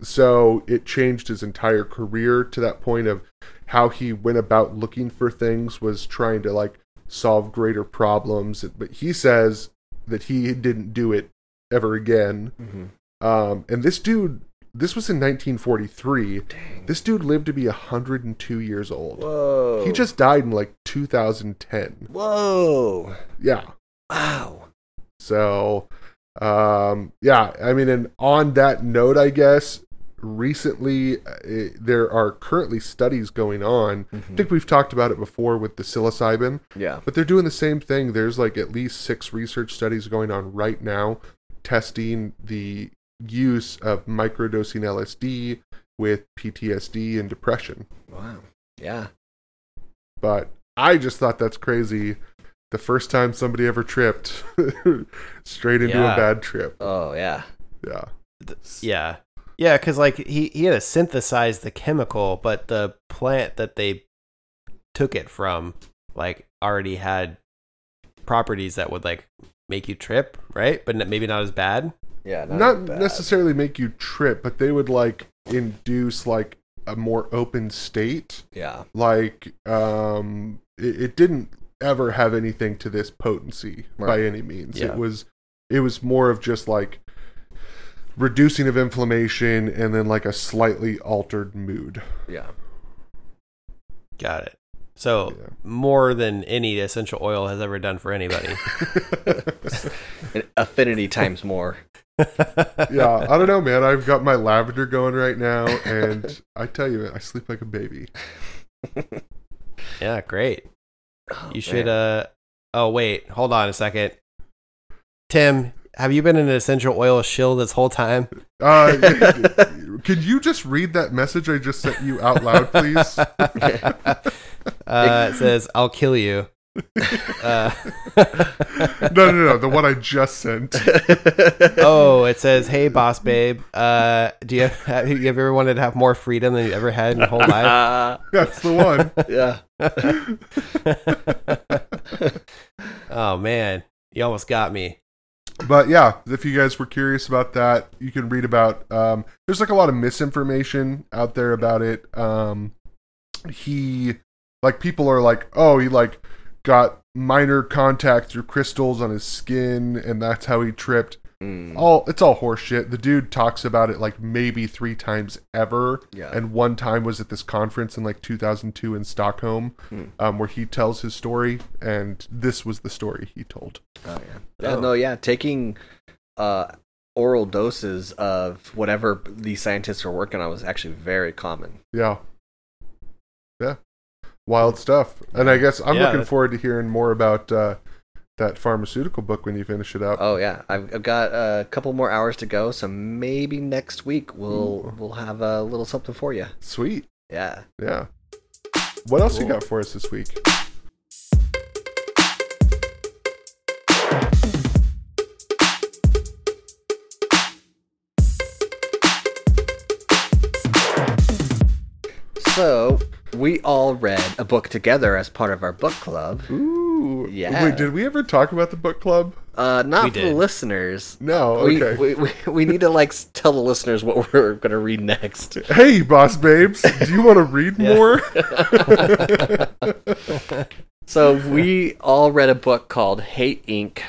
S2: so it changed his entire career to that point of how he went about looking for things was trying to like solve greater problems but he says that he didn't do it ever again
S1: hmm
S2: um, and this dude this was in 1943
S1: Dang.
S2: this dude lived to be 102 years old
S1: Whoa.
S2: he just died in like 2010.
S1: Whoa.
S2: Yeah.
S1: Wow.
S2: So, um, yeah. I mean, and on that note, I guess recently uh, it, there are currently studies going on. I
S1: Mhm.
S2: think we've talked about it before with the psilocybin,
S1: Yeah.
S2: but they're doing the same thing. There's like at least six research studies going on right now testing the use of microdosing LSD with PTSD and depression.
S1: Wow. Yeah.
S2: but I just thought that's crazy. The first time somebody ever tripped, straight into
S3: Yeah.
S2: a bad trip.
S1: Oh, yeah.
S2: Yeah,
S3: Yeah. Yeah, because like he, he had to synthesize the chemical, but the plant that they took it from like already had properties that would like make you trip, right? But n- maybe not as bad.
S1: Yeah,
S2: Not
S1: bad.
S2: necessarily make you trip, but they would like induce like a more open state.
S1: Yeah,
S2: Like um it, it didn't ever have anything to this potency by
S1: Right.
S2: any means.
S3: Yeah.
S2: It was it was more of just like reducing of inflammation and then like a slightly altered mood.
S1: yeah,
S3: Got it. So
S2: Yeah.
S3: more than any essential oil has ever done for anybody.
S1: An affinity times more.
S2: yeah, I don't know, man. I've got my lavender going right now, and I tell you, I sleep like a baby.
S3: yeah, great.
S1: Oh,
S3: You should
S1: man.
S3: uh oh wait, hold on a second. Tim, have you been an essential oil shill this whole time?
S2: Uh, could you just read that message I just sent you out loud, please?
S3: Uh, it says, "I'll kill you." Uh,
S2: No, no, no. The one I just sent.
S3: oh, it says, "Hey, boss babe, uh, do you have, have you ever wanted to have more freedom than you ever had in your whole life?"
S1: Uh,
S2: That's the one.
S1: yeah.
S3: oh man, you almost got me.
S2: But yeah, if you guys were curious about that, you can read about. Um, there's like a lot of misinformation out there about it. Um, he, like, people are like, oh, he like got minor contact through crystals on his skin, and that's how he tripped.
S1: Mm,
S3: Oh,
S2: All it's all horseshit. The dude talks about it like maybe three times ever.
S1: yeah.
S2: and one time was at this conference in like 2002 in Stockholm,
S1: Hmm.
S2: um, where he tells his story, and this was the story he told.
S1: Oh yeah. Yeah,
S3: Oh.
S1: no, yeah. Taking uh, oral doses of whatever these scientists were working on was actually very common.
S2: Yeah, yeah, wild stuff. And I guess I'm
S3: Yeah,
S2: looking
S3: that-
S2: forward to hearing more about uh, that pharmaceutical book when you finish it
S3: Uh,
S2: up.
S1: Oh yeah. I've, I've got a couple more hours to go, so maybe next week we'll we'll have a little something for you.
S2: Sweet,
S1: Yeah.
S2: yeah. What else you
S3: Cool.
S2: got for us this week?
S1: So we all read a book together as part of our book club.
S2: Ooh,
S1: Yeah.
S2: Wait, did we ever talk about the book club?
S1: Uh,
S3: We
S1: not for the
S3: did.
S1: listeners.
S2: No.
S1: We-
S2: Okay.
S1: We, we, we need to like s- tell the listeners what we're gonna read next.
S2: Hey, boss babes, do you want to read
S3: Yeah.
S2: more?
S1: So we all read a book called Hate Ink.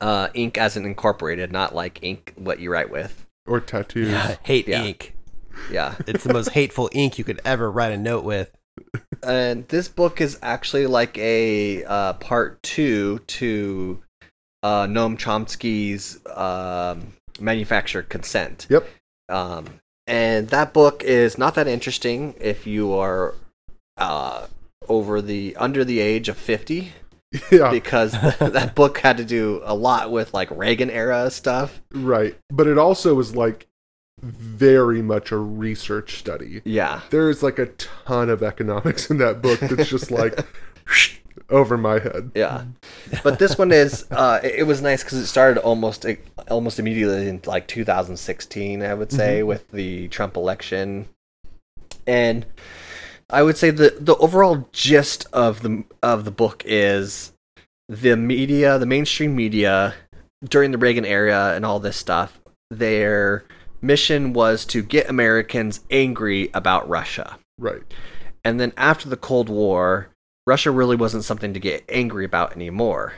S1: Uh, ink as an incorporated, not like ink what you write with.
S2: or tattoos?
S3: Yeah, hate
S1: Yeah.
S3: ink.
S1: Yeah.
S3: It's the most hateful ink you could ever write a note with.
S1: and this book is actually like a uh, part two to uh, Noam Chomsky's um, Manufactured Consent.
S2: Yep.
S1: Um, and that book is not that interesting if you are uh, over the under the age of fifty,
S2: yeah.
S1: because that book had to do a lot with like Reagan era stuff.
S2: Right. But it also is like very much a research study.
S1: Yeah.
S2: There is like a ton of economics in that book that's just like over my head.
S1: Yeah, but this one is uh, it, it was nice because it started almost almost immediately in like 2016, I would say, with the Trump election, and I would say the the overall gist of the of the book is the media, the mainstream media during the Reagan era and all this stuff. Their mission was to get Americans angry about Russia.
S2: Right.
S1: And then after the Cold War, Russia really wasn't something to get angry about anymore.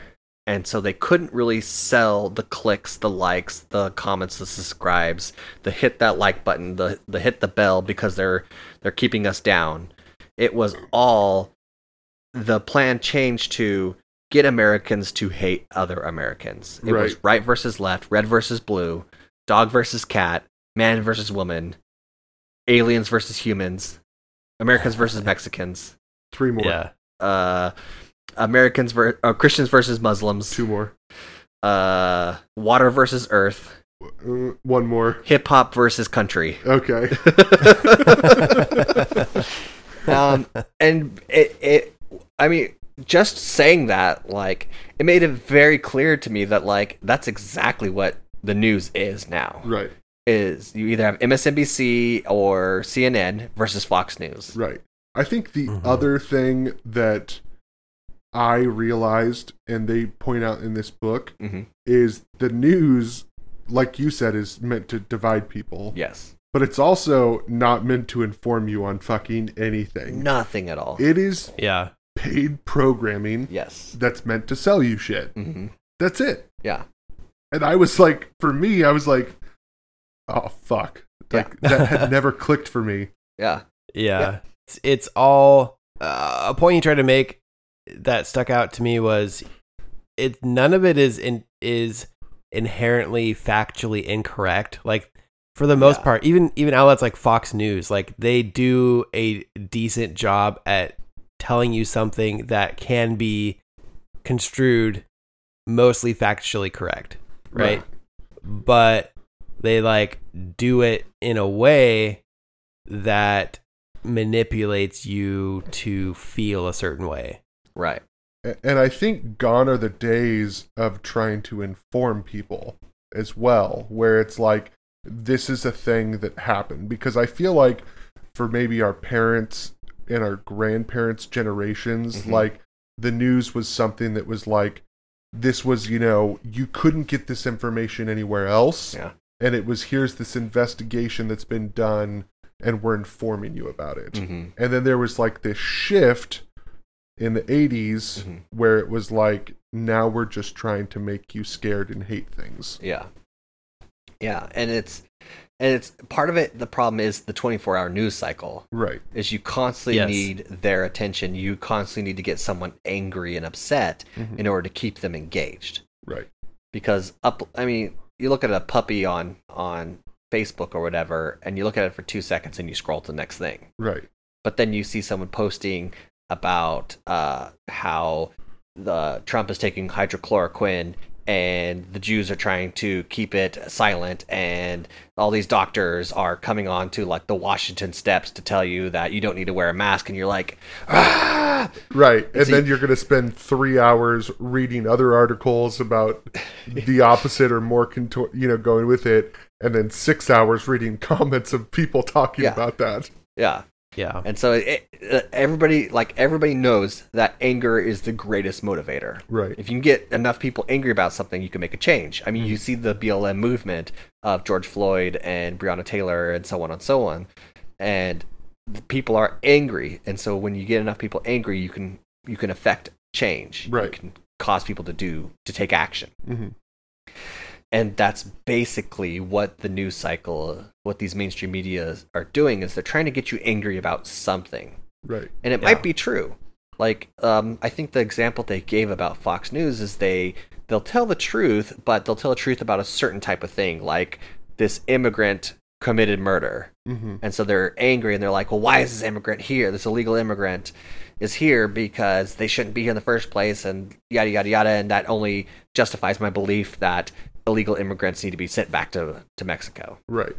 S1: And so they couldn't really sell the clicks, the likes, the comments, the subscribes, the hit that like button, the the hit the bell because they're they're keeping us down. It was all the plan changed to get Americans to hate other Americans. It was
S2: Right.
S1: right versus left, red versus blue, dog versus cat, man versus woman, aliens versus humans, Americans versus Mexicans,
S2: Three more.
S3: Yeah.
S1: uh, Americans ver- uh, Christians versus Muslims,
S2: Two more.
S1: uh, water versus earth,
S2: Uh, One more.
S1: hip hop versus country.
S2: Okay.
S1: um, and it, it, I mean, just saying that, like, it made it very clear to me that, like, that's exactly what the news is now.
S2: Right.
S1: Is you either have MSNBC or CNN versus Fox News.
S2: Right. I think the
S3: Mhm.
S2: other thing that I realized, and they point out in this book,
S1: Mhm.
S2: is the news, like you said, is meant to divide people,
S1: Yes.
S2: but it's also not meant to inform you on fucking anything.
S1: Nothing at all.
S2: It is
S3: Yeah.
S2: paid programming
S1: yes.
S2: that's meant to sell you shit.
S1: hmm
S2: That's it.
S1: Yeah.
S2: And I was like, for me, I was like, oh, fuck.
S1: Yeah.
S2: Like, that had never clicked for me.
S1: Yeah.
S3: Yeah. It's, it's all uh, a point you tried to make that stuck out to me was it none of it is in, is inherently factually incorrect. Like for the most
S1: Yeah.
S3: part, even even outlets like Fox News, like they do a decent job at telling you something that can be construed mostly factually correct, right? But they like do it in a way that manipulates you to feel a certain way.
S1: Right.
S2: A- And I think gone are the days of trying to inform people as well, where it's like, this is a thing that happened. Because I feel like for maybe our parents and our grandparents' generations,
S1: Mhm.
S2: like the news was something that was like, this was, you know, you couldn't get this information anywhere else.
S1: Yeah.
S2: And it was, here's this investigation that's been done, and we're informing you about it
S1: hmm
S2: and then there was like this shift in the 80s
S1: Mhm.
S2: where it was like now we're just trying to make you scared and hate things
S1: Yeah. Yeah. And it's and it's part of it the problem is the twenty four hour news cycle.
S2: right
S1: Is you constantly
S3: Yes.
S1: need their attention. You constantly need to get someone angry and upset
S2: Mhm.
S1: in order to keep them engaged.
S2: right
S1: because up i mean you look at a puppy on on facebook or whatever and you look at it for two seconds and you scroll to the next thing
S2: right
S1: but then you see someone posting about uh, how the trump is taking hydrochloroquine and the jews are trying to keep it silent and all these doctors are coming on to like the washington steps to tell you that you don't need to wear a mask and you're like ah!
S2: right and
S1: See-
S2: then you're going to spend three hours reading other articles about the opposite or more contor- you know going with it and then six hours reading comments of people talking
S1: Yeah.
S2: about that
S1: yeah
S3: Yeah.
S1: and so it, it, everybody like everybody knows that anger is the greatest motivator
S2: right
S1: If you can get enough people angry about something, you can make a change. I mean, you see the BLM movement of George Floyd and Breonna Taylor and so on and so on. And the people are angry. And so when you get enough people angry, you can you can affect change. You
S2: Right.
S1: can cause people to do to take action.
S2: hmm
S1: And that's basically what the news cycle, what these mainstream medias are doing is they're trying to get you angry about something
S2: right
S1: and it
S3: Yeah.
S1: might be true. Like, um, I think the example they gave about Fox News is they they'll tell the truth, but they'll tell the truth about a certain type of thing, like this immigrant committed murder,
S2: hmm
S1: and so they're angry and they're like, "Well, why is this immigrant here? This illegal immigrant is here because they shouldn't be here in the first place," and yada yada yada, and that only justifies my belief that illegal immigrants need to be sent back to to Mexico.
S2: Right.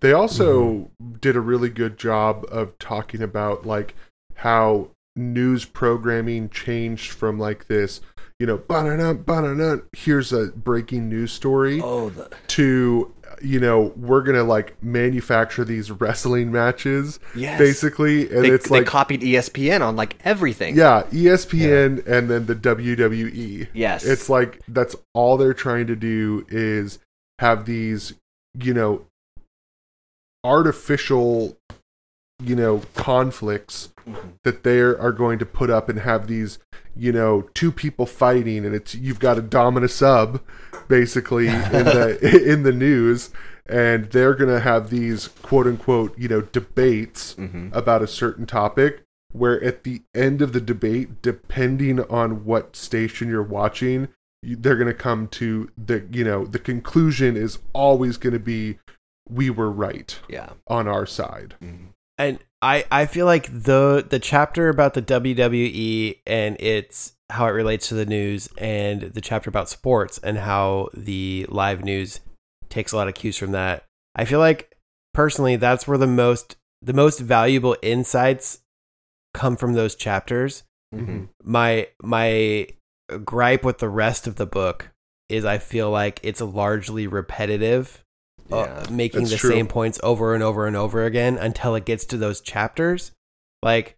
S2: They also did a really good job of talking about like how news programming changed from like this, you know, ba-da-dum, ba-da-dum, here's a breaking news story
S1: Oh, the,
S2: to you know, we're gonna like manufacture these wrestling matches
S1: yes.
S2: basically. And
S1: They,
S2: it's
S1: they
S2: like
S1: copied E ESPN on like everything.
S2: yeah, E ESPN and then the E. WWE.
S1: Yes.
S2: It's like that's all they're trying to do is have these, you know, artificial, you know, conflicts
S1: Mhm.
S2: that they are going to put up and have these, you know, two people fighting and it's you've got a dominant sub basically in the in the news and they're going to have these quote unquote, you know, debates
S1: hmm
S2: about a certain topic where at the end of the debate depending on what station you're watching you, they're going to come to the you know the conclusion is always going to be we were right
S1: Yeah.
S2: on our side
S1: Mm-hmm.
S3: And I, I feel like the the chapter about the WWE and it's how it relates to the news and the chapter about sports and how the live news takes a lot of cues from that. I feel like personally that's where the most the most valuable insights come from those chapters.
S1: hmm
S3: my my gripe with the rest of the book is I feel like it's largely repetitive, uh,
S1: Yeah,
S3: making
S2: that's
S3: the
S2: true.
S3: same points over and over and over again until it gets to those chapters. Like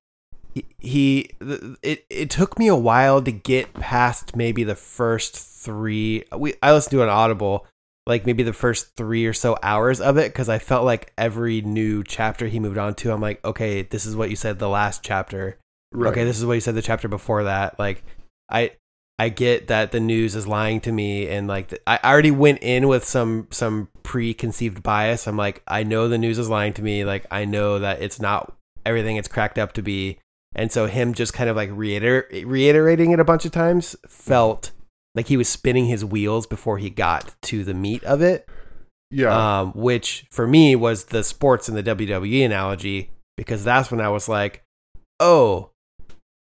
S3: he, he th- it it took me a while to get past maybe the first three. We I listened to an Audible like maybe the first three or so hours of it because I felt like every new chapter he moved on to, I'm like, okay, this is what you said the last chapter.
S2: Right.
S3: Okay, this is what you said the chapter before that. Like, I I get that the news is lying to me, and like th- I I already went in with some some preconceived bias. I'm like, I know the news is lying to me. Like, I know that it's not everything it's cracked up to be. And so him just kind of like reiter- reiterating it a bunch of times felt like he was spinning his wheels before he got to the meat of it
S2: yeah.
S3: um, which for me was the sports and the WWE analogy because that's when I was like, oh,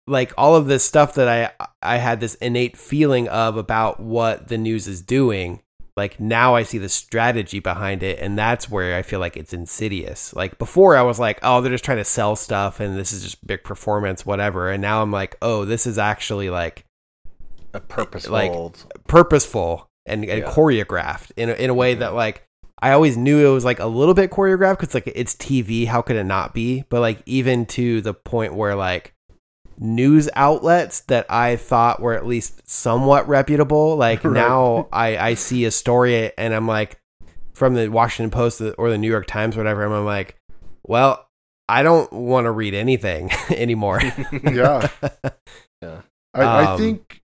S3: like all of this stuff that I I had this innate feeling of about what the news is doing. Like now I see the strategy behind it, and that's where I feel like it's insidious. Like before, I was like, oh, they're just trying to sell stuff, and this is just big performance, whatever. And now I'm like, oh, this is actually like
S1: A purposeful.
S3: purposeful and, and
S1: Yeah.
S3: choreographed in a, in a way that like I always knew it was like a little bit choreographed because like it's TV. How could it not be? But like even to the point where like news outlets that I thought were at least somewhat reputable, like
S2: Right.
S3: now I I see a story and I'm like from the Washington Post or the New York Times, or whatever. and I'm like, well, I don't want to read anything anymore.
S2: yeah.
S5: Yeah.
S2: I, I
S3: Um,
S2: think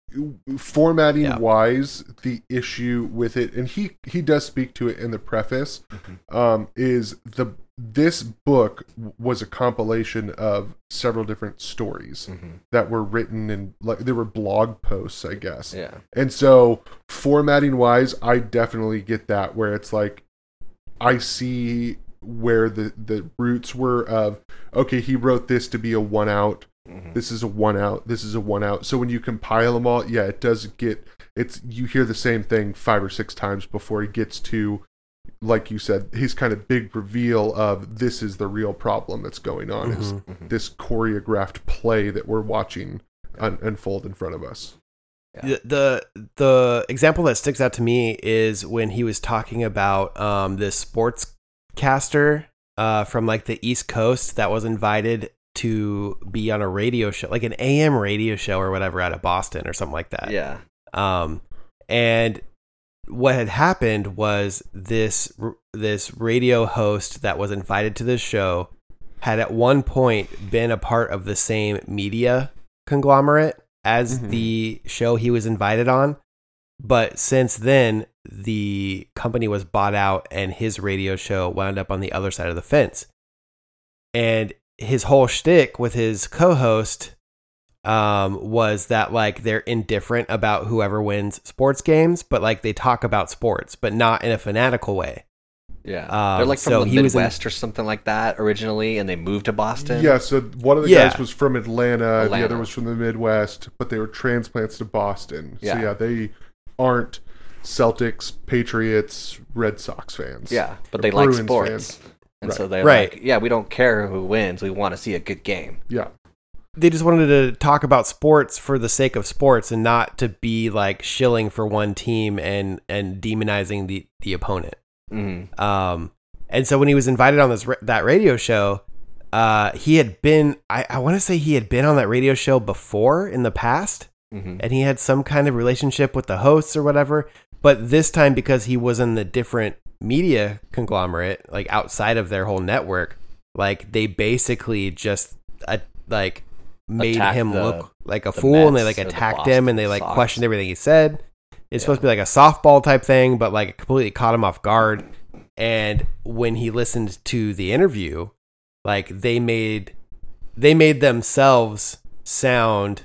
S2: formatting
S3: yeah.
S2: wise, the issue with it, and he he does speak to it in the preface,
S3: Mm-hmm.
S2: um, is the this book was a compilation of several different stories
S1: Mhm.
S2: that were written and like they were blog posts, I guess.
S1: Yeah.
S2: And so formatting wise, I definitely get that where it's like I see where the the roots were of okay, he wrote this to be a one out.
S1: Mhm.
S2: This is a one out. This is a one out. So when you compile them all, yeah, it does get it's you hear the same thing five or six times before it gets to like you said, his kind of big reveal of this is the real problem that's going on is
S3: Mhm.
S2: this choreographed play that we're watching un- unfold in front of us.
S3: the the the example that sticks out to me is when he was talking about um, this sports caster uh, from like the East Coast that was invited to be on a radio show, like an AM radio show or whatever, out of Boston or something like that.
S1: Yeah.
S3: Um, and what had happened was this r- this radio host that was invited to this show had at one point been a part of the same media conglomerate as
S2: Mhm.
S3: the show he was invited on, but since then the company was bought out and his radio show wound up on the other side of the fence. And his whole shtick with his co-host um, was that like they're indifferent about whoever wins sports games, but like they talk about sports, but not in a fanatical way.
S5: Yeah.
S3: Um,
S1: They're like
S3: so
S1: from the
S3: he was in-
S1: Midwest or something like that originally, and they moved to Boston.
S2: Yeah, so one of the
S3: Yeah.
S2: guys was from Atlanta, the
S1: Atlanta.
S2: other was from the Midwest, but they were transplants to Boston. So
S1: Yeah.
S2: yeah, they aren't Celtics, Patriots, Red Sox fans.
S1: Yeah, but
S2: Or
S1: they like
S2: Bruins
S1: sports,
S2: fans.
S1: and
S2: Right.
S1: so they're
S3: Right.
S1: like, "Yeah, we don't care who wins. We want to see a good game."
S2: Yeah.
S3: they just wanted to talk about sports for the sake of sports and not to be like shilling for one team and and demonizing the the opponent.
S1: hmm
S3: Um, and so when he was invited on this ra- that radio show, uh, he had been I, I want to say he had been on that radio show before in the past,
S5: Mm-hmm.
S1: hmm
S3: and he had some kind of relationship with the hosts or whatever. But this time, because he was in the different media conglomerate, like outside of their whole network, like they basically just uh, like made
S5: Attacked
S3: him
S5: the-
S3: look like a
S5: the
S3: fool, and they like
S5: Mets or the
S3: attacked him, and they
S5: Boston
S3: like
S5: Sox.
S3: questioned everything he said. It's supposed to be like a softball type thing, but like it completely caught him off guard. And when he listened to the interview, like they made they made themselves sound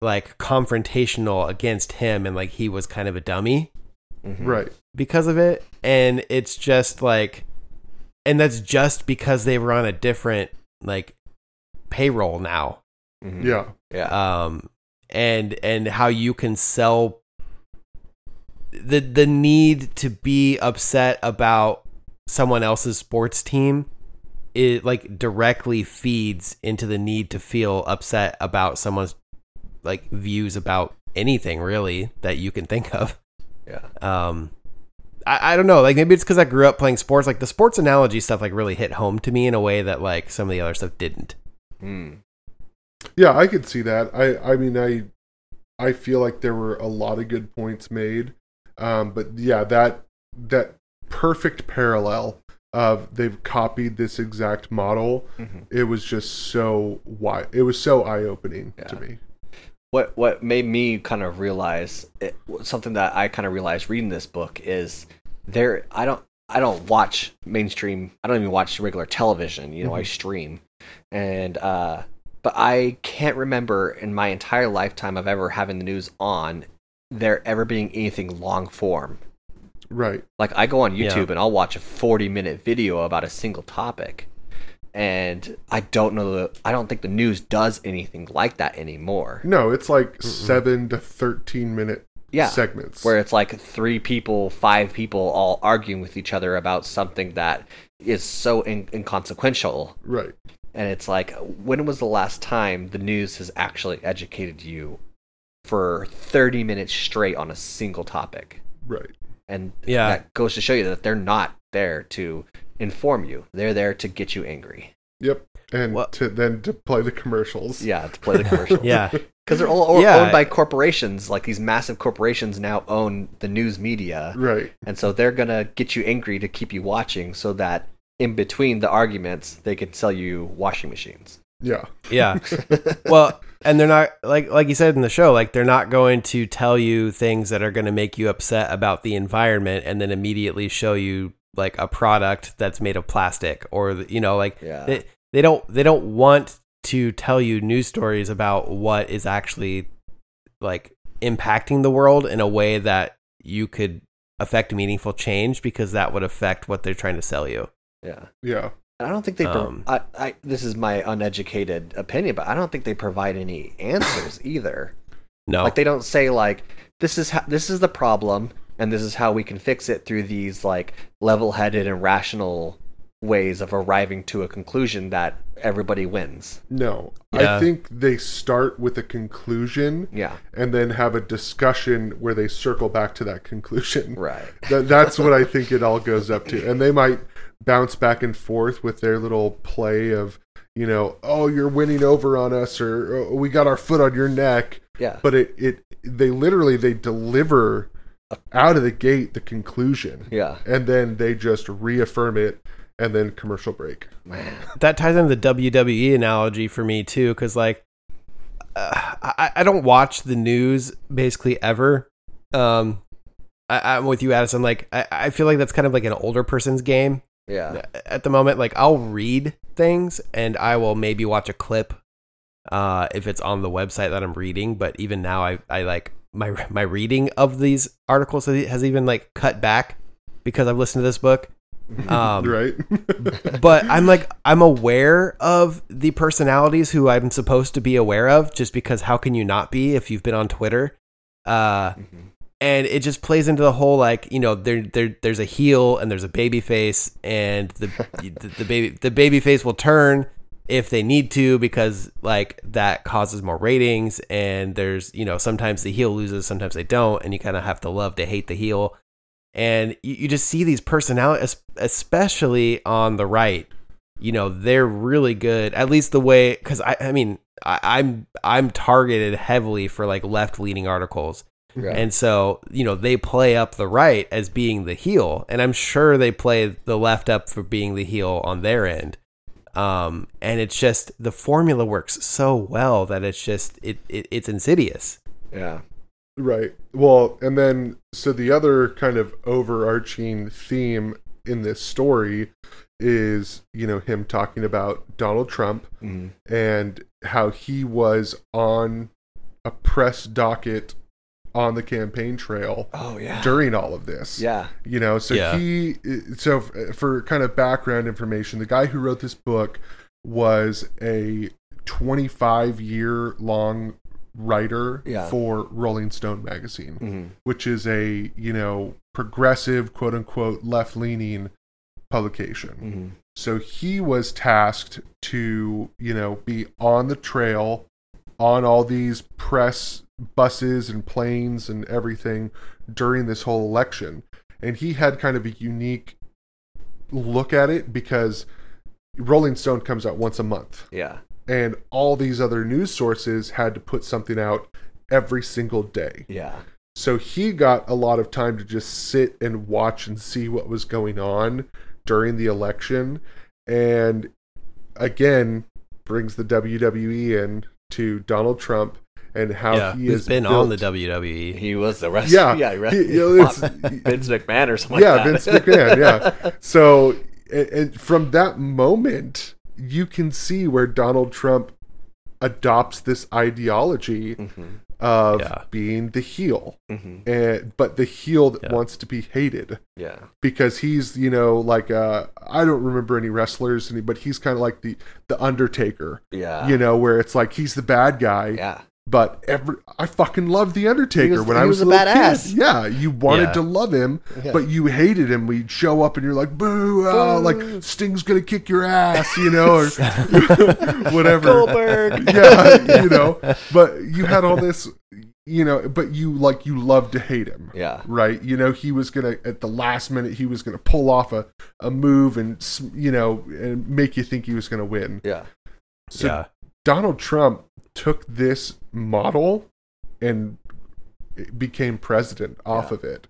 S3: like confrontational against him and like he was kind of a dummy
S1: Mm-hmm.
S2: Right.
S3: because of it and it's just like and that's just because they were on a different like payroll now
S2: Yeah.
S1: Mm-hmm. Yeah,
S3: um and and how you can sell the the need to be upset about someone else's sports team it like directly feeds into the need to feel upset about someone's like views about anything really that you can think of
S1: yeah,
S3: um I, I don't know like maybe it's because i grew up playing sports like the sports analogy stuff like really hit home to me in a way that like some of the other stuff didn't
S1: mm.
S2: Yeah, I could see that. I I mean I I feel like there were a lot of good points made. Um but yeah, that that perfect parallel of they've copied this exact model.
S1: Mhm.
S2: It was just so why it was so eye-opening to
S1: Yeah.
S2: me.
S1: what what made me kind of realize it, something that I kind of realized reading this book is there I don't I don't watch mainstream I don't even watch regular television you know I stream and uh but I can't remember in my entire lifetime of ever having the news on there ever being anything long form
S2: Right.
S1: like I go on
S3: Yeah.
S1: YouTube and I'll watch a 40 minute video about a single topic. And I don't know the I don't think the news does anything like that anymore.
S2: No, it's like 7 to 13 minute
S1: Yeah.
S2: segments.
S1: Where it's like three people, five people all arguing with each other about something that is so in- inconsequential.
S2: right.
S1: And it's like, when was the last time the news has actually educated you for 30 minutes straight on a single topic?
S2: Right.
S1: and
S3: Yeah.
S1: that goes to show you that they're not there to inform you they're there to get you angry
S2: Yep. And
S3: Well-
S2: to then to play the commercials.
S1: yeah to play the commercial
S3: Yeah.
S1: because they're all o-
S3: Yeah.
S1: owned by corporations like these massive corporations now own the news media
S2: Right.
S1: and so they're gonna get you angry to keep you watching so that in between the arguments they can sell you washing machines
S2: Yeah.
S3: Yeah. well, and they're not like like you said in the show, like they're not going to tell you things that are going to make you upset about the environment and then immediately show you like a product that's made of plastic or you know like
S1: Yeah.
S3: they, they don't they don't want to tell you news stories about what is actually like impacting the world in a way that you could affect meaningful change because that would affect what they're trying to sell you.
S1: yeah
S2: Yeah.
S1: and i don't think they pro-
S3: Um.
S1: I, I this is my uneducated opinion but i don't think they provide any answers either
S3: No.
S1: Like they don't say like this is how, this is the problem and this is how we can fix it through these like level-headed and rational ways of arriving to a conclusion that everybody wins.
S2: No. I
S3: Yeah.
S2: think they start with a conclusion
S1: Yeah.
S2: and then have a discussion where they circle back to that conclusion.
S1: Right.
S2: That, that's what I think it all goes up to. And they might bounce back and forth with their little play of, you know, oh, you're winning over on us or oh, we got our foot on your neck.
S1: Yeah.
S2: But it, it they literally they deliver out of the gate the conclusion.
S1: Yeah.
S2: And then they just reaffirm it and then commercial break.
S1: Man.
S3: that ties into the WWE analogy for me too, because like uh, I, I don't watch the news basically ever. Um, I, I'm with you, Addison. Like I, I feel like that's kind of like an older person's game
S1: Yeah.
S3: at the moment. Like I'll read things and I will maybe watch a clip uh, if it's on the website that I'm reading. But even now, I, I like my my reading of these articles has even like cut back because I've listened to this book. Um,
S2: right?
S3: but I'm like I'm aware of the personalities who I'm supposed to be aware of just because how can you not be if you've been on Twitter? Uh
S1: Mhm.
S3: and it just plays into the whole like, you know, there there there's a heel and there's a baby face and the the, the baby the baby face will turn if they need to because like that causes more ratings and there's, you know, sometimes the heel loses, sometimes they don't and you kind of have to love to hate the heel and you, you just see these personalities especially on the right you know they're really good at least the way because I, I mean I, i'm i'm targeted heavily for like left leaning articles
S1: Yeah.
S3: and so you know they play up the right as being the heel and i'm sure they play the left up for being the heel on their end um and it's just the formula works so well that it's just it, it it's insidious
S1: yeah.
S2: Right. Well, and then so the other kind of overarching theme in this story is, you know, him talking about Donald Trump
S1: Mhm.
S2: and how he was on a press docket on the campaign trail
S1: Oh yeah.
S2: during all of this.
S1: Yeah.
S2: You know, so
S3: Yeah.
S2: he so f- for kind of background information, the guy who wrote this book was a 25 year long writer
S1: Yeah.
S2: for Rolling Stone magazine
S1: Mhm.
S5: Mm-hmm.
S2: which is a you know progressive quote unquote left leaning publication
S5: Mm-hmm.
S1: Mhm.
S2: so he was tasked to you know be on the trail on all these press buses and planes and everything during this whole election and he had kind of a unique look at it because rolling stone comes out once a month
S1: Yeah.
S2: and all these other news sources had to put something out every single day.
S5: Yeah.
S2: So he got a lot of time to just sit and watch and see what was going on during the election. And again, brings the WWE in to Donald Trump and how
S3: yeah,
S2: he
S3: who's
S2: has
S3: been
S2: built-
S3: on the E? WWE.
S5: He was the rest.
S2: Yeah,
S5: yeah, he
S2: he-
S5: wrestled-
S2: you know, it's-
S5: Vince McMahon or something.
S2: yeah,
S5: like that.
S2: Vince McMahon. Yeah. so, and, and from that moment, you can see where Donald Trump adopts this ideology
S5: Mhm,
S2: of
S3: Mm. Yeah.
S2: being the heel,
S5: mhm,
S2: and, Eh, but the heel that
S3: Yeah.
S2: wants to be hated
S5: yeah.
S2: because he's you know like uh I don't remember any wrestlers, any- but he's kind of like the the Undertaker,
S5: Yeah.
S2: you know, where it's like he's the bad guy,
S5: yeah.
S2: but every I fucking loved the Undertaker
S5: He was-
S2: when
S5: he
S2: I
S5: was a
S2: was, little
S5: badass.
S2: Kid. Yeah, you wanted
S3: Yeah.
S2: to love him,
S5: Yeah.
S2: but you hated him. We show up and you're like, boo, ah,
S5: Boo.
S2: like Sting's gonna kick your ass, you know, or whatever.
S5: Goldberg.
S2: yeah, you know, but you had all this, you know, but you like you loved to hate him.
S5: yeah.
S2: Right, you know he was gonna at the last minute he was gonna pull off a, a move and s- you know and make you think he was gonna win.
S5: Yeah.
S2: So
S3: yeah,
S2: Donald Trump took this model and became president off
S5: Yeah.
S2: of it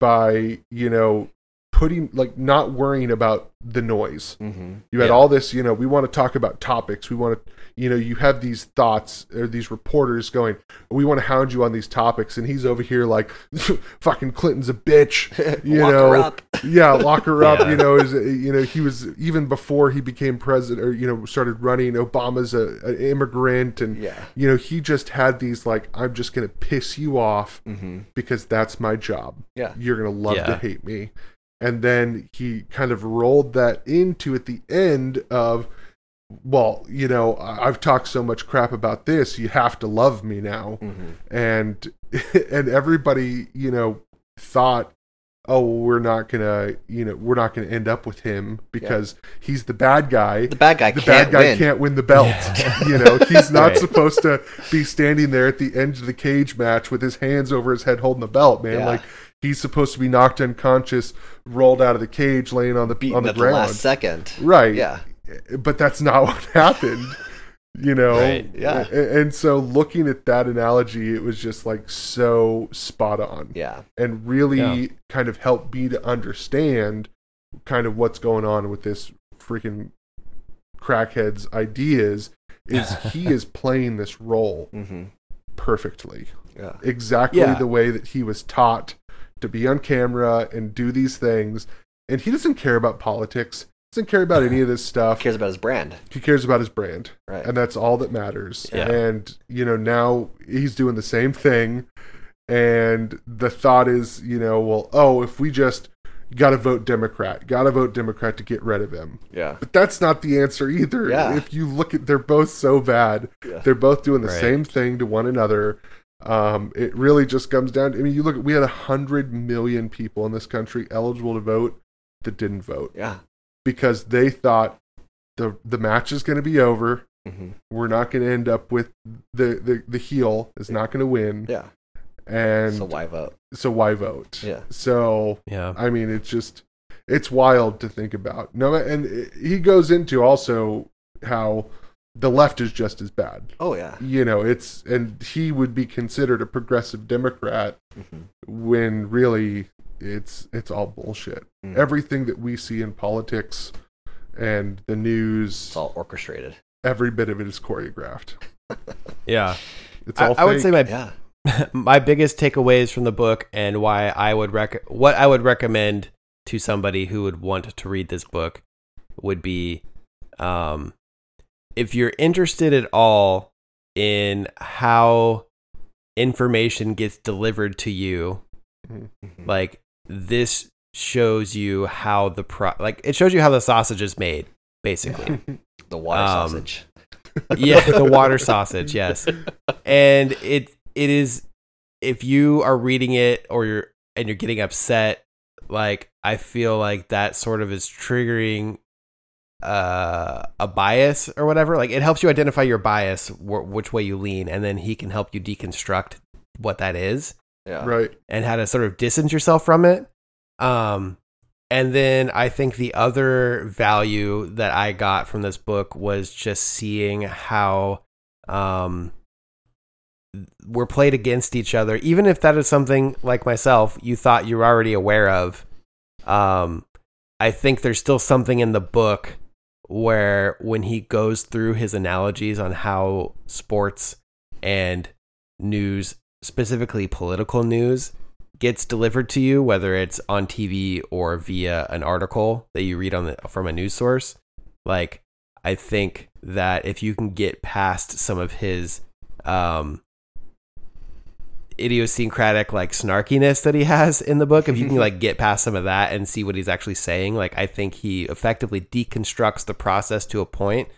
S2: by, you know, putting like not worrying about the noise.
S5: Mm-hmm.
S2: You had
S3: Yeah.
S2: all this, you know, we want to talk about topics. We want to, you know, you have these thoughts or these reporters going, we want to hound you on these topics. And he's over here like, fucking Clinton's a bitch. You
S5: Lock
S2: know,
S5: her up.
S2: yeah, lock her up.
S3: Yeah.
S2: You know, is you know he was even before he became president or you know started running. Obama's a an immigrant, and
S5: Yeah.
S2: you know he just had these like I'm just gonna piss you off
S5: Mm-hmm.
S2: because that's my job.
S5: Yeah.
S2: you're gonna love to
S3: Yeah.
S2: hate me. And then he kind of rolled that into at the end of, well, you know, I- I've talked so much crap about this, you have to love me now
S5: Mm-hmm.
S2: and and everybody you know thought oh well, we're not gonna you know we're not gonna end up with him because he's the bad guy
S5: The bad guy
S2: the
S5: can't
S2: bad guy
S5: win.
S2: can't win the belt
S3: Yeah.
S2: you know he's not
S3: Right.
S2: supposed to be standing there at the end of the cage match with his hands over his head holding the belt man
S5: Yeah.
S2: like he's supposed to be knocked unconscious rolled out of the cage laying on the
S5: Beaten
S2: on the
S5: at the
S2: ground
S5: last second.
S2: right Eh,
S5: Yeah.
S2: but that's not what happened you know
S3: Right,
S5: yeah.
S2: A- and, so looking at that analogy it was just like so spot on
S5: Yeah.
S2: and really
S3: Yeah.
S2: kind of helped me to understand kind of what's going on with this freaking crackhead's ideas is he is playing this role
S5: Mm-hmm.
S2: perfectly
S5: Yeah.
S2: exactly
S3: Yeah.
S2: the way that he was taught to be on camera and do these things and he doesn't care about politics doesn't care about any of this stuff
S5: Cares about his brand.
S2: he cares about his brand
S5: Right.
S2: and that's all that matters
S3: Yeah.
S2: and you know now he's doing the same thing and the thought is you know well oh if we just gotta vote democrat gotta vote democrat to get rid of him
S5: yeah.
S2: but that's not the answer either
S5: Yeah.
S2: if you look at they're both so bad
S5: Yeah.
S2: they're both doing the
S3: Right.
S2: same thing to one another um, it really just comes down i mean you look at we had a hundred million people in this country eligible to vote that didn't vote
S5: Yeah.
S2: because they thought the the match is going to be over.
S5: Mm-hmm.
S2: We're not going to end up with the the, the heel is not going to win,
S5: Yeah.
S2: and
S5: so
S2: so why,
S5: why vote?
S2: vote?
S5: Yeah.
S2: So
S3: yeah,
S2: I mean, it's just it's wild to think about. No, and it- he goes into also how the left is just as bad.
S5: Oh yeah.
S2: You know, it's and he would be considered a progressive Democrat
S5: Mm-hmm.
S2: when really it's it's all bullshit.
S5: Mm.
S2: Everything that we see in politics and the news,
S5: It's all orchestrated.
S2: every bit of it is choreographed.
S3: yeah.
S2: It's
S3: I,
S2: all.
S3: I
S2: fake.
S3: would say my
S5: Yeah.
S3: my biggest takeaways from the book and why I would rec- what I would recommend to somebody who would want to read this book would be um, if you're interested at all in how information gets delivered to you
S5: Mhm.
S3: like this shows you how the pro like it shows you how the sausage is made basically
S5: The water
S3: um,
S5: sausage.
S3: yeah, the water sausage. Yes, and it it is if you are reading it or you're and you're getting upset, like I feel like that sort of is triggering uh a bias or whatever. Like it helps you identify your bias, wh- which way you lean, and then he can help you deconstruct what that is
S5: Yeah.
S2: right.
S3: and how to sort of distance yourself from it. Um, And then I think the other value that I got from this book was just seeing how um, we're played against each other, even if that is something like myself you thought you were already aware of. Um, I think there's still something in the book where when he goes through his analogies on how sports and news, specifically political news, gets delivered to you, whether it's on TV or via an article that you read on the, from a news source. Like, I think that if you can get past some of his um, idiosyncratic like snarkiness that he has in the book, if you can like get past some of that and see what he's actually saying, like I think he effectively deconstructs the process to a point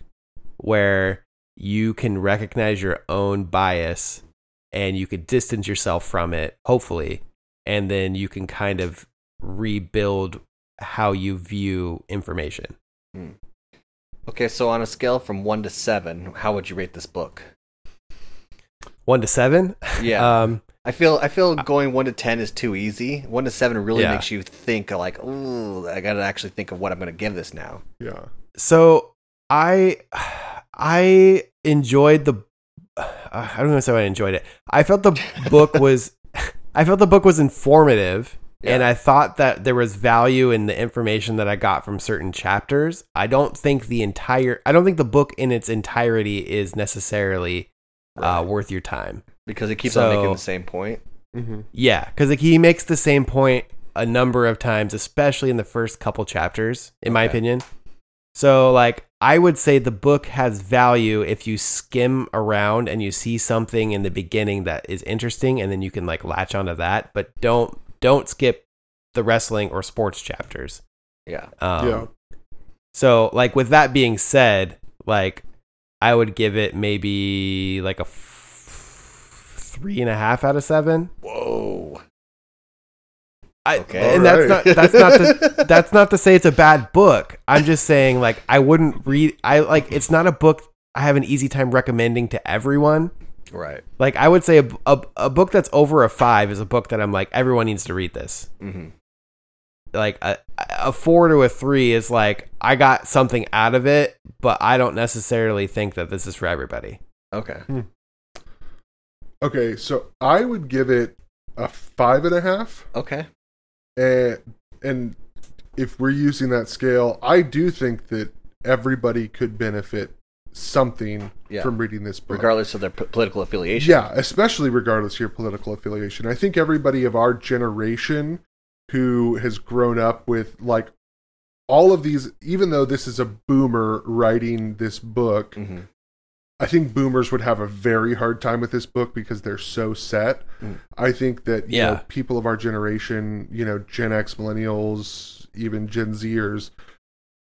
S3: where you can recognize your own bias and you can distance yourself from it, hopefully, and then you can kind of rebuild how you view information.
S1: Okay, so on a scale from one to seven, how would you rate this book?
S3: One to seven.
S1: Yeah,
S3: Um,
S1: I feel I feel going one to ten is too easy. One to seven really
S3: Yeah.
S1: makes you think like, ooh, I gotta actually think of what I'm gonna give this now.
S2: Yeah.
S3: so i i enjoyed the i don't know if i enjoyed it i felt the book was i felt the book was informative and i thought that there was value in the information that i got from certain chapters i don't think the entire i don't think the book in its entirety is necessarily uh, worth your time
S1: Because it keeps on
S3: So-
S1: making the same point.
S2: Mm-hmm.
S3: yeah, because like he makes the same point a number of times, especially in the first couple chapters, in my
S1: Okay.
S3: opinion. So like I would say the book has value if you skim around and you see something in the beginning that is interesting and then you can like latch onto that, but don't don't skip the wrestling or sports chapters.
S1: Yeah.
S3: Um,
S2: yeah.
S3: so, like with that being said, like I would give it maybe like a f- three and a half out of seven.
S1: Whoa.
S3: I,
S1: Okay.
S3: and
S2: All
S3: that's
S2: right.
S3: not that's not to, that's not to say it's a bad book. I'm just saying like I wouldn't read. I like it's not a book I have an easy time recommending to everyone.
S1: Right.
S3: Like I would say a, a, a book that's over a five is a book that I'm like everyone needs to read this.
S1: hmm
S3: Like a a four to a three is like I got something out of it, but I don't necessarily think that this is for everybody.
S1: Okay.
S2: Okay, so I would give it a five and a half.
S1: Okay.
S2: And and if we're using that scale, I do think that everybody could benefit something
S1: Yeah.
S2: from reading this book.
S1: Regardless of their p- political affiliation.
S2: Yeah, especially regardless of your political affiliation. I think everybody of our generation who has grown up with like all of these, even though this is a boomer writing this book,
S1: Mhm.
S2: I think boomers would have a very hard time with this book because they're so set.
S1: Mm.
S2: I think that you
S3: Yeah.
S2: know people of our generation, you know, Gen X, millennials, even Gen Zers,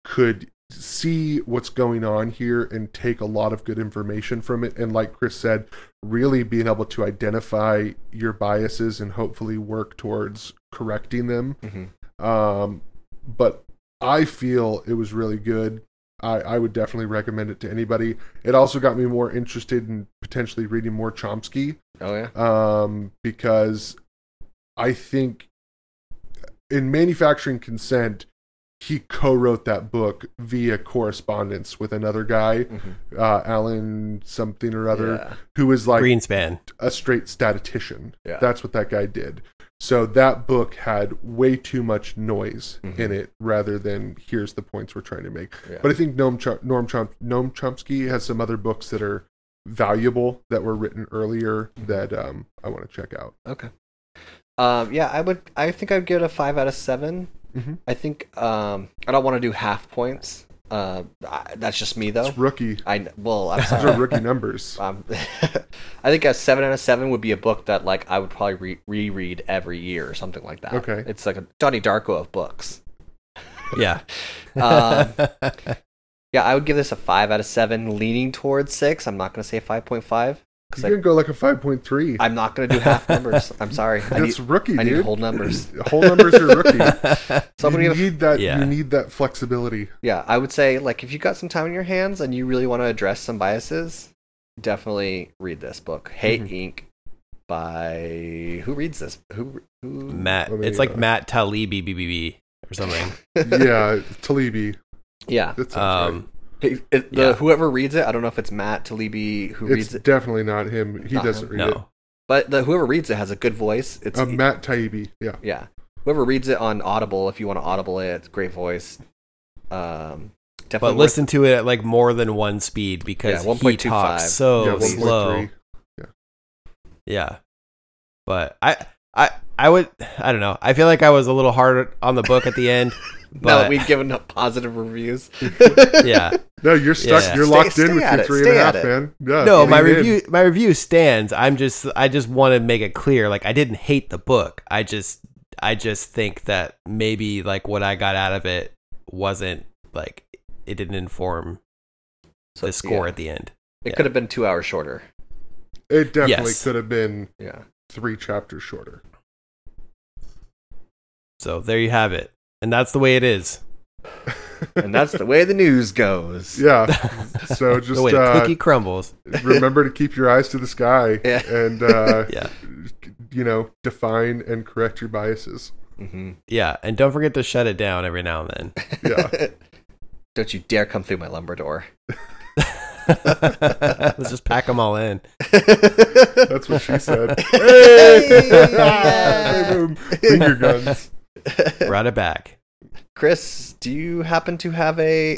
S2: could see what's going on here and take a lot of good information from it. And like Chris said, really being able to identify your biases and hopefully work towards correcting them.
S1: Mhm.
S2: Um, but I feel it was really good. I, I would definitely recommend it to anybody. It also got me more interested in potentially reading more Chomsky
S1: Oh yeah.
S2: um, because I think in Manufacturing Consent, he co wrote that book via correspondence with another guy,
S1: Mhm.
S2: uh, Alan something or other, who was like
S3: Greenspan.
S2: a straight statistician.
S1: Yeah.
S2: That's what that guy did. So that book had way too much noise
S1: Mhm.
S2: in it rather than here's the points we're trying to make.
S1: Yeah.
S2: But I think Noam, Chom- Norm Chom- Noam Chomsky has some other books that are valuable that were written earlier
S1: Mm-hmm.
S2: that um, I want to check out.
S1: Okay. Um, yeah, I would. I think I'd give it a five out of 7
S2: Mhm.
S1: I think um, I don't want to do half points. Uh, I, that's just me though.
S2: It's rookie.
S1: I kn- well, I'm
S2: Those are
S1: sorry.
S2: rookie numbers.
S1: um, I think a seven out of seven would be a book that like I would probably re- reread every year or something like that.
S2: Okay.
S1: It's like a Donnie Darko of books.
S3: Yeah.
S1: Um, Yeah, I would give this a five out of seven, leaning towards six. I'm not gonna say five point five
S2: You
S1: because
S2: can go like a 5.3.
S1: I'm not gonna do half numbers. I'm sorry. I need,
S2: That's rookie,
S1: I need
S2: dude.
S1: whole numbers.
S2: Whole numbers are rookie.
S1: So I'm gonna
S2: you
S1: give a
S2: need that.
S3: Yeah.
S2: You need that flexibility.
S1: yeah, I would say like if you got some time on your hands and you really want to address some biases, definitely read this book. Hate
S3: Mm-hmm.
S1: Ink by who reads this? Who who
S3: Matt.
S2: Let me,
S3: It's like
S2: uh,
S3: Matt Talibi BBB or something.
S2: yeah, Talibi.
S1: Yeah.
S2: That sounds right.
S3: um,
S1: It- it- the-
S3: Yeah.
S1: Whoever reads it, I don't know if it's Matt Talibi who
S2: It's
S1: reads it,
S2: definitely not him. He
S1: Not
S2: doesn't
S1: him.
S2: read
S3: no.
S1: but the, whoever reads it has a good voice.
S2: it.
S1: It's
S3: Um,
S2: Uh, Matt Taibbi. Yeah.
S1: yeah. Whoever reads it on Audible, if you want to Audible it, it's a great voice. Um, definitely
S3: But
S1: worth-
S3: listen to it at like more than one speed because
S1: Yeah,
S3: he
S1: 1.25.
S3: talks so
S2: yeah, 1.3.
S3: Oh, slow. Yeah. But I I I would I don't know. I feel like I was a little hard on the book at the end.
S1: now that
S3: But
S1: we've given up positive reviews.
S3: yeah.
S2: No, you're stuck.
S3: Yeah.
S2: You're
S1: Stay-
S2: locked
S1: stay
S2: in with
S1: at
S2: your
S1: it,
S2: three and a
S1: stay
S2: half,
S1: at it.
S2: man. Yeah,
S3: No,
S2: lean
S3: my
S2: in.
S3: review my review stands. I'm just I just want to make it clear like I didn't hate the book. I just I just think that maybe like what I got out of it wasn't like it didn't inform
S1: So,
S3: the score
S1: yeah.
S3: at the end.
S1: It
S3: yeah.
S1: could have been two hours shorter.
S2: It definitely
S3: Yes.
S2: could have been
S1: Yeah.
S2: three chapters shorter.
S3: So there you have it. And that's the way it is.
S1: And that's the
S6: way the news goes.
S2: Yeah. So just
S3: the way the
S2: uh,
S3: Oh, cookie crumbles.
S2: remember to keep your eyes to the sky
S1: Yeah.
S2: and uh,
S3: Yeah.
S2: you know define and correct your biases.
S1: hmm
S3: Yeah, and don't forget to shut it down every now and
S2: Yeah.
S1: Don't you dare come through my lumber door.
S3: then. Let's just pack them all in.
S2: That's what she said.
S1: Yeah.
S2: Boom. Finger guns.
S3: Brought it back.
S1: Chris, do you happen to have a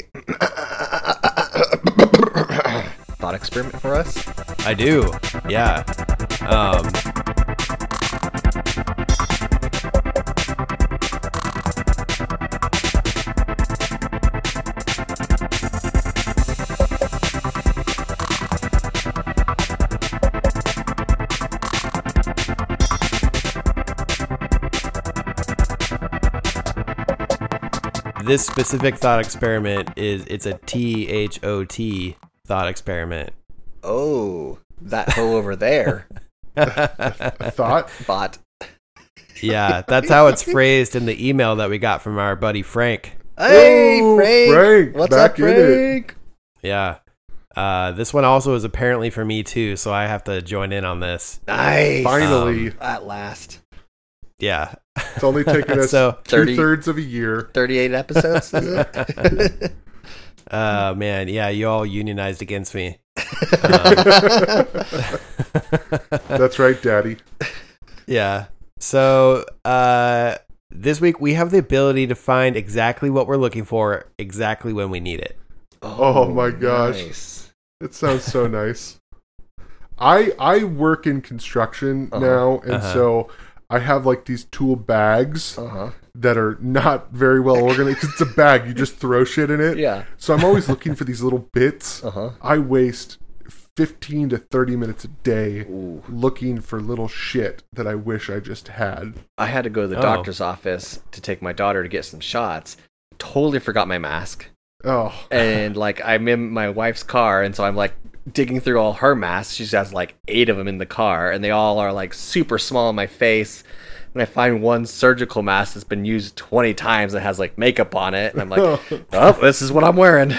S1: thought experiment for us?
S3: I do. Yeah. Um, this specific thought experiment is it's a T H O T thought experiment.
S1: Oh, that hoe over there,
S2: A thought.
S1: bot.
S3: Yeah, that's how it's phrased in the email that we got from our buddy Frank.
S1: Hey,
S2: Ooh,
S1: Frank.
S2: Frank,
S1: What's
S2: back
S1: up,
S2: in it.
S1: Frank?
S3: Yeah. Uh, this one also is apparently for me too, so I have to join in on this.
S1: Nice.
S2: Finally,
S3: um,
S1: At last.
S3: Yeah.
S2: it's only taken us
S3: so,
S2: two
S1: 30.
S2: thirds of a year.
S1: 38 episodes? is it?
S3: uh, man, yeah, you all unionized against me.
S2: That's right, Daddy.
S3: Yeah. So uh, this week we have the ability to find exactly what we're looking for exactly when we need it.
S2: Oh my gosh.
S1: nice.
S2: It sounds so nice. I I work in construction
S1: Uh-huh.
S2: now, and
S3: Uh-huh.
S2: so I have like these tool bags
S1: Uh-huh.
S2: that are not very well organized. 'cause it's a bag; you just throw shit in it.
S1: Yeah.
S2: So I'm always looking for these little bits.
S1: Uh-huh.
S2: I waste fifteen to thirty minutes a day
S1: Ooh.
S2: looking for little shit that I wish I just had.
S1: I had to go to the
S3: Oh.
S1: doctor's office to take my daughter to get some shots. Totally forgot my mask.
S2: Oh,
S1: And like I'm in my wife's car and so I'm like digging through all her masks. She has like 8 of them in the car and they all are like super small on my face. And I find one surgical mask that's been used 20 times that has like makeup on it and I'm like, "Oh, this is what I'm wearing."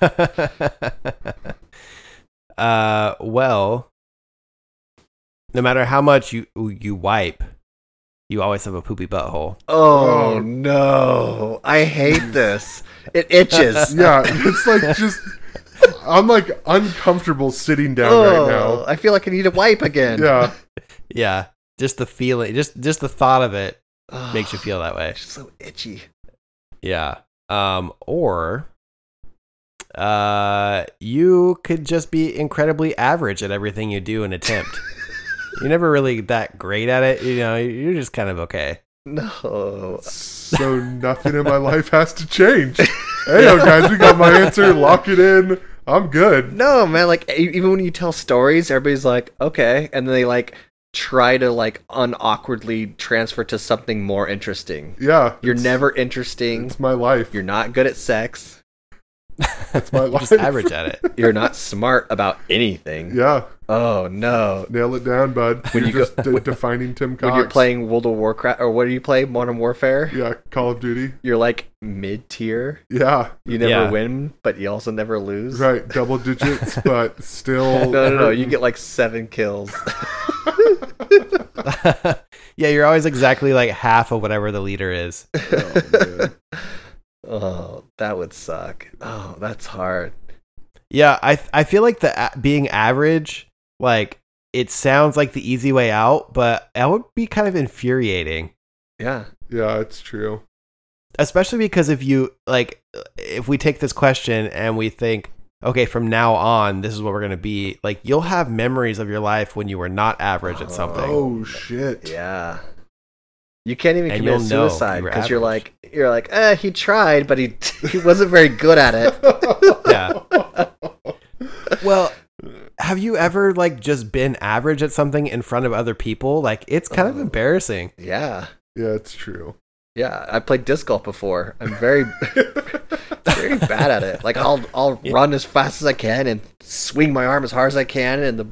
S3: Yeah. uh, well, no matter how much you you wipe, you always have a poopy butthole.
S1: Oh,
S2: Oh.
S1: no. I hate this. It itches.
S2: yeah, it's like just I'm like uncomfortable sitting down right
S1: oh,
S2: now.
S1: I feel like I need a wipe again.
S2: Yeah,
S3: Yeah, just the feeling, just just the thought of it
S1: Ugh,
S3: makes you feel that way.
S1: it's Oh, so itchy.
S3: Yeah. Um, or uh, you could just be incredibly average at everything you do and attempt. You're never really that great at it. You know, you're just kind of okay.
S1: No.
S2: so nothing in my life has to change. Hey, yo, guys, we got my answer. Lock it in. I'm good.
S1: No, man, like e- even when you tell stories, everybody's like, "Okay," and then they like try to like unawkwardly transfer to something more interesting.
S2: Yeah,
S1: You're
S2: it's-
S1: never interesting.
S2: It's my life.
S1: You're not good at sex.
S3: That's
S2: my
S3: just
S2: life.
S3: average at it.
S1: You're not smart about anything.
S2: Yeah,
S1: Oh no.
S2: nail it down, bud.
S1: When you
S2: You're
S1: go-
S2: just de- defining Tim Cox.
S1: When you're playing World of Warcraft or what do you play? Modern Warfare?
S2: yeah, Call of Duty.
S1: You're like mid tier.
S2: Yeah,
S1: You never
S3: Yeah.
S1: win, but you also never lose.
S2: right. Double digits, but still.
S1: No, no, no.
S2: hurting.
S1: You get like seven kills.
S3: Yeah, you're always exactly like half of whatever the leader is.
S1: Oh, that would suck. Oh, that's hard.
S3: Yeah, I I feel like the a- being average, like it sounds like the easy way out, but that would be kind of infuriating,
S1: Yeah.
S2: Yeah, it's true.
S3: especially because if you like, if we take this question and we think, okay, from now on, this is what we're gonna be. Like, you'll have memories of your life when you were not average at something.
S2: Oh shit.
S1: Yeah. You can't even
S3: And
S1: commit
S3: you'll know
S1: suicide
S3: you were
S1: because you're
S3: average.
S1: like you're like, eh, he tried, but he he wasn't very good at it.
S3: Yeah. Well, have you ever like just been average at something in front of other people? Like, it's kind of
S1: Oh.
S3: embarrassing.
S1: Yeah.
S2: Yeah, it's true.
S1: Yeah. I played disc golf before. I'm very very bad at it. Like I'll I'll run as fast as I can and swing my arm as hard as I can and the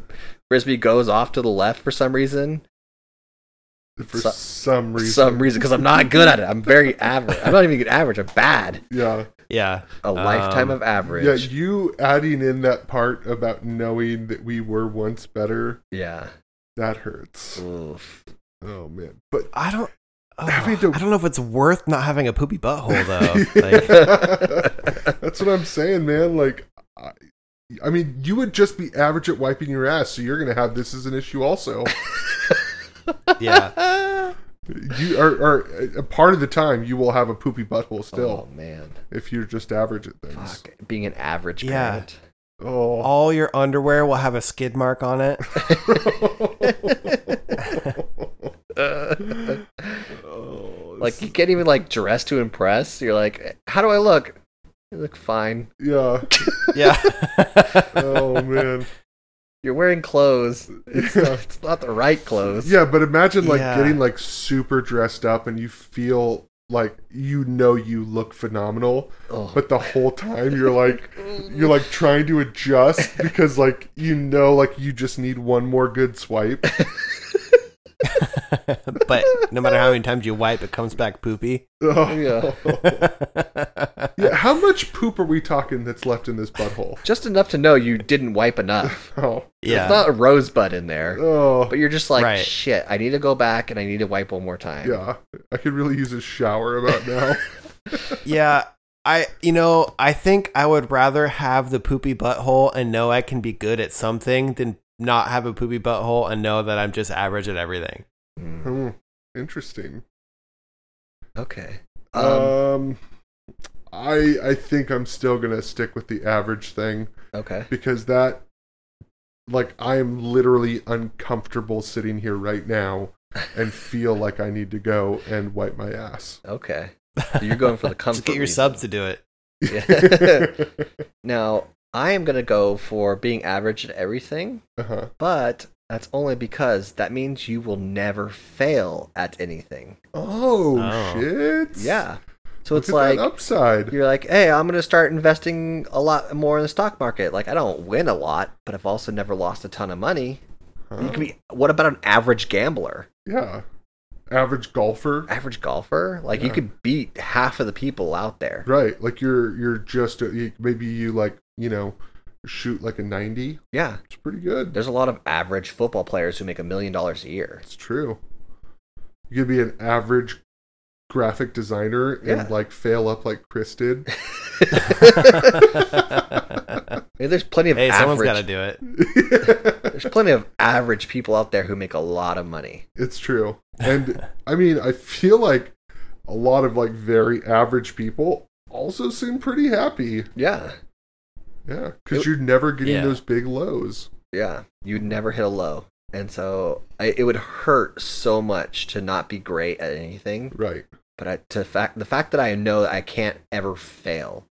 S1: frisbee goes off to the left for some reason.
S2: For
S1: Some-
S2: some
S1: For
S2: reason.
S1: some reason because I'm not good at it. I'm very average. I'm not even good average. I'm bad.
S2: Yeah.
S3: Yeah.
S1: A lifetime
S3: Um,
S1: of average.
S2: Yeah, you adding in that part about knowing that we were once better,
S1: yeah.
S2: that hurts.
S1: Oof.
S2: Oh man. But
S3: I don't. Oh,
S2: Having to-
S3: I don't know if it's worth not having a poopy butthole though. Like,
S2: that's what I'm saying, man. Like I, I mean, you would just be average at wiping your ass, so you're going to have this as an issue also.
S3: yeah,
S2: you are, are a part of the time you will have a poopy butthole still
S1: Oh man.
S2: if you're just average at things.
S1: Fuck. Being an average
S3: Yeah.
S1: parent.
S2: Oh.
S3: all your underwear will have a skid mark on it.
S2: Oh,
S1: Like you can't even like dress to impress. You're like, how do I look? You look fine.
S2: yeah.
S3: Yeah.
S2: Oh man.
S1: You're wearing clothes. It's,
S2: Yeah.
S1: not, it's not the right clothes.
S2: Yeah, but imagine like
S3: Yeah.
S2: getting like super dressed up and you feel like you know you look phenomenal,
S1: Oh.
S2: but the whole time you're like you're like trying to adjust because like you know like you just need one more good swipe.
S3: but no matter how many times you wipe, it comes back poopy.
S2: yeah.
S1: Yeah.
S2: yeah. How much poop are we talking that's left in this butthole?
S1: Just enough to know you didn't wipe enough.
S2: Oh.
S1: It's
S3: yeah.
S1: not a rosebud in there.
S2: Oh.
S1: But you're just like,
S3: Right.
S1: shit, I need to go back and I need to wipe one more time.
S2: Yeah. I could really use a shower about now.
S3: Yeah. I, you know, I think I would rather have the poopy butthole and know I can be good at something than not have a poopy butthole and know that I'm just average at everything.
S1: Mm,
S2: Hmm. Interesting.
S1: Okay. Um,
S2: Um I I think I'm still going to stick with the average thing.
S1: okay.
S2: because that like I am literally uncomfortable sitting here right now and feel like I need to go and wipe my ass.
S1: Okay. You're going for the comfort.
S3: Just get your
S1: reason.
S3: subs to do it.
S2: uh
S1: Now, I am going to go for being average at everything,
S2: huh.
S1: but that's only because that means you will never fail at anything.
S2: Oh,
S3: Oh.
S2: shit.
S1: Yeah. So
S2: Look
S1: it's
S2: at
S1: like
S2: that upside.
S1: you're like, "Hey, I'm going to start investing a lot more in the stock market. Like I don't win a lot, but I've also never lost a ton of money." You
S2: Huh?
S1: can be what about an average gambler?
S2: yeah. Average golfer.
S1: Average golfer? Like you
S2: Yeah.
S1: could beat half of the people out there.
S2: Right. Like you're you're just a, you- maybe you like, you know, shoot like a 90.
S1: Yeah.
S2: It's pretty good.
S1: There's a lot of average football players who make a million dollars a year.
S2: It's true. You could be an average graphic designer and
S1: Yeah.
S2: like fail up like Chris did.
S1: I mean, there's plenty of
S3: Hey, someone's
S1: average
S3: got to do it.
S1: There's plenty of average people out there who make a lot of money.
S2: it's true. And I mean, I feel like a lot of like very average people also seem pretty happy.
S1: Yeah.
S2: Yeah. Cause you're never getting
S3: Yeah.
S2: those big lows.
S1: Yeah. You'd never hit a low. And so I, it would hurt so much to not be great at anything.
S2: Right.
S1: But I, to fact, the fact that I know that I can't ever fail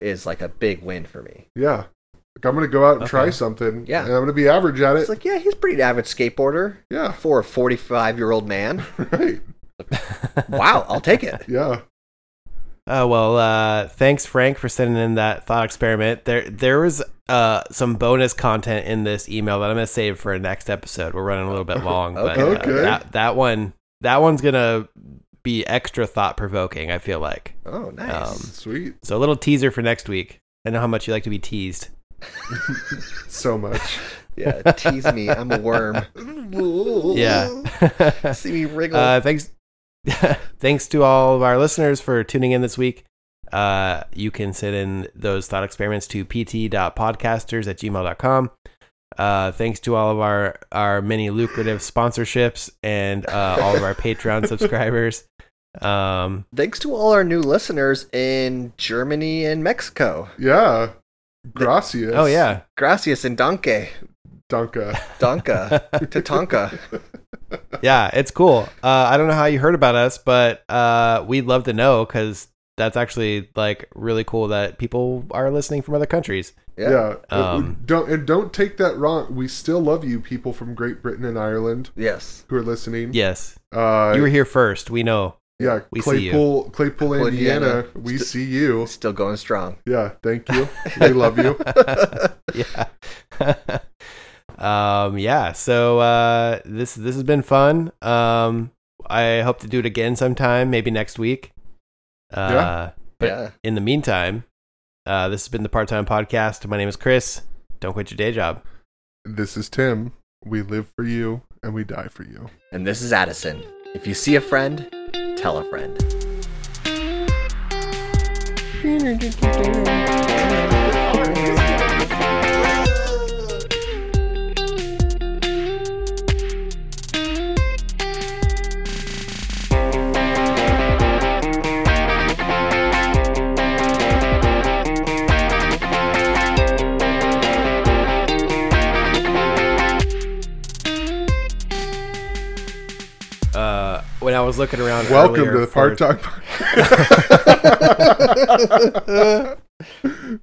S1: is like a big win for me.
S2: Yeah. Like I'm going to go out and try
S3: Okay.
S2: something.
S1: Yeah.
S2: And I'm going to be average at it.
S1: It's like, yeah, he's a pretty average skateboarder
S2: yeah.
S1: for a 45 year old man.
S2: Right.
S1: Wow. I'll take it.
S2: Yeah.
S3: Oh well, uh, thanks Frank for sending in that thought experiment. There, there was uh, some bonus content in this email that I'm gonna save for next episode. We're running a little bit long, but uh,
S2: Okay.
S3: that, that one, that one's gonna be extra thought provoking. I feel like
S1: Oh, nice.
S3: Um,
S2: Sweet.
S3: so. A little teaser for next week. I know how much you like to be teased.
S2: So much.
S1: yeah. Tease me. I'm a worm.
S3: Yeah.
S1: See me wriggle.
S3: uh, thanks thanks to all of our listeners for tuning in this week uh, you can send in those thought experiments to pt.podcasters at gmail.com uh, thanks to all of our, our many lucrative sponsorships and uh, all of our patreon subscribers um,
S1: Thanks to all our new listeners in Germany and Mexico.
S2: Yeah. Gracias.
S3: oh yeah
S1: Gracias and Danke.
S2: Danka.
S1: Danke. Tatanka.
S3: yeah, it's cool. Uh, I don't know how you heard about us, but uh, we'd love to know because that's actually like really cool that people are listening from other countries.
S1: Yeah. yeah.
S2: Yeah.
S3: Um,
S2: don't and don't take that wrong. We still love you, people from Great Britain and Ireland
S1: Yes.
S2: who are listening.
S3: Yes,
S2: Uh,
S3: you were here first. We know.
S2: yeah.
S3: we see you.
S2: Claypool, Claypool,
S1: Claypool,
S2: Indiana.
S1: Indiana.
S2: We
S1: St-
S2: see you.
S1: Still going strong.
S2: Yeah. Thank you. we love you.
S3: yeah. um, yeah. So uh, this this has been fun. Um, I hope to do it again sometime, maybe next week. Uh,
S2: Yeah.
S3: But
S1: yeah.
S3: in the meantime, uh, this has been the Part Time Podcast. My name is Chris. Don't quit your day job.
S2: This is Tim. We live for you and we die for you.
S1: And this is Addison. If you see a friend, tell a friend.
S3: uh, when I was looking around.
S2: Welcome
S3: earlier
S2: to the
S3: for-
S2: Part Time.